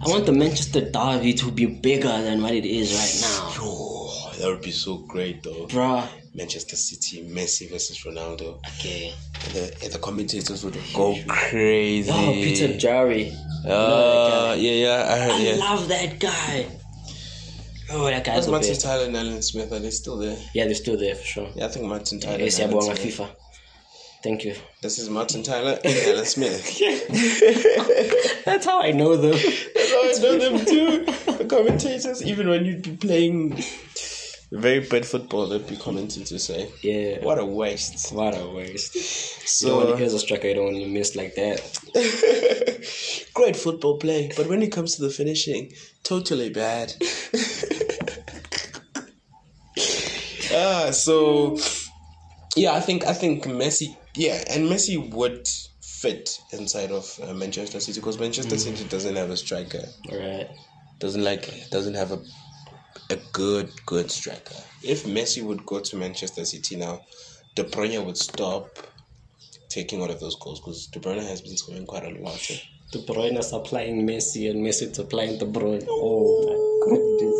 [SPEAKER 1] I want the Manchester derby to be bigger than what it is right now.
[SPEAKER 2] Oh, that would be so great though.
[SPEAKER 1] Bruh.
[SPEAKER 2] Manchester City, Messi versus Ronaldo.
[SPEAKER 1] Okay.
[SPEAKER 2] The, the commentators would go crazy.
[SPEAKER 1] Oh, Peter Jarry.
[SPEAKER 2] Uh, yeah, yeah, I heard.
[SPEAKER 1] I
[SPEAKER 2] Yeah,
[SPEAKER 1] love that guy. Oh, that guy's
[SPEAKER 2] that's
[SPEAKER 1] the
[SPEAKER 2] Martin
[SPEAKER 1] best.
[SPEAKER 2] Tyler and Alan Smith. Are they still there?
[SPEAKER 1] Yeah, they're still there for sure.
[SPEAKER 2] Yeah, I think Martin Tyler.
[SPEAKER 1] Yes,
[SPEAKER 2] and Alan
[SPEAKER 1] siyabonga
[SPEAKER 2] Smith.
[SPEAKER 1] FIFA. Thank you.
[SPEAKER 2] This is Martin Tyler and Alan Smith.
[SPEAKER 1] That's how I know them.
[SPEAKER 2] I know them too. The commentators, even when you'd be playing Very bad football that we commented to say.
[SPEAKER 1] Yeah.
[SPEAKER 2] What a waste.
[SPEAKER 1] What a waste. So
[SPEAKER 2] So
[SPEAKER 1] when here's a striker, you don't want to miss like that.
[SPEAKER 2] great football play, but when it comes to the finishing, totally bad. ah, so yeah, I think I think Messi, yeah, and Messi would fit inside of uh, Manchester City because Manchester City doesn't have a striker,
[SPEAKER 1] All right.
[SPEAKER 2] doesn't like doesn't have a a good good striker. If Messi would go to Manchester City now, De Bruyne would stop taking all of those goals because De Bruyne has been scoring quite a lot. eh?
[SPEAKER 1] De Bruyne supplying Messi and Messi supplying De Bruyne. Oh my goodness.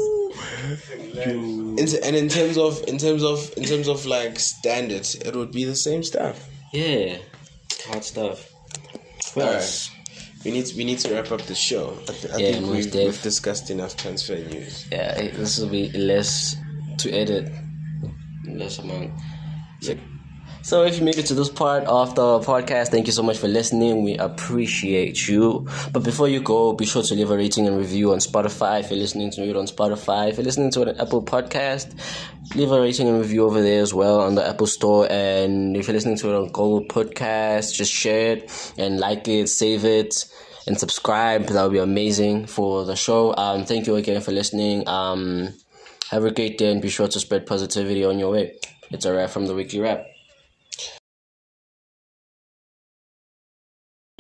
[SPEAKER 2] In, and in terms of in terms of in terms of like standards, it would be the same stuff.
[SPEAKER 1] Yeah. Hot stuff.
[SPEAKER 2] All
[SPEAKER 1] Well,
[SPEAKER 2] right. We need we need to wrap up the show. I, th- I
[SPEAKER 1] Yeah,
[SPEAKER 2] think
[SPEAKER 1] most
[SPEAKER 2] we've,
[SPEAKER 1] def.
[SPEAKER 2] we've discussed enough transfer news.
[SPEAKER 1] yeah, it- this will be less to edit. Less amount. So, so if you made it to this part of the podcast, thank you so much for listening. We appreciate you. But before you go, be sure to leave a rating and review on Spotify if you're listening to it on Spotify. If you're listening to it on Apple Podcast, leave a rating and review over there as well on the Apple Store. And if you're listening to it on Google Podcast, just share it and like it, save it and subscribe. That would be amazing for the show. Um, thank you again for listening. Um, have a great day and be sure to spread positivity on your way. It's a wrap from the weekly wrap.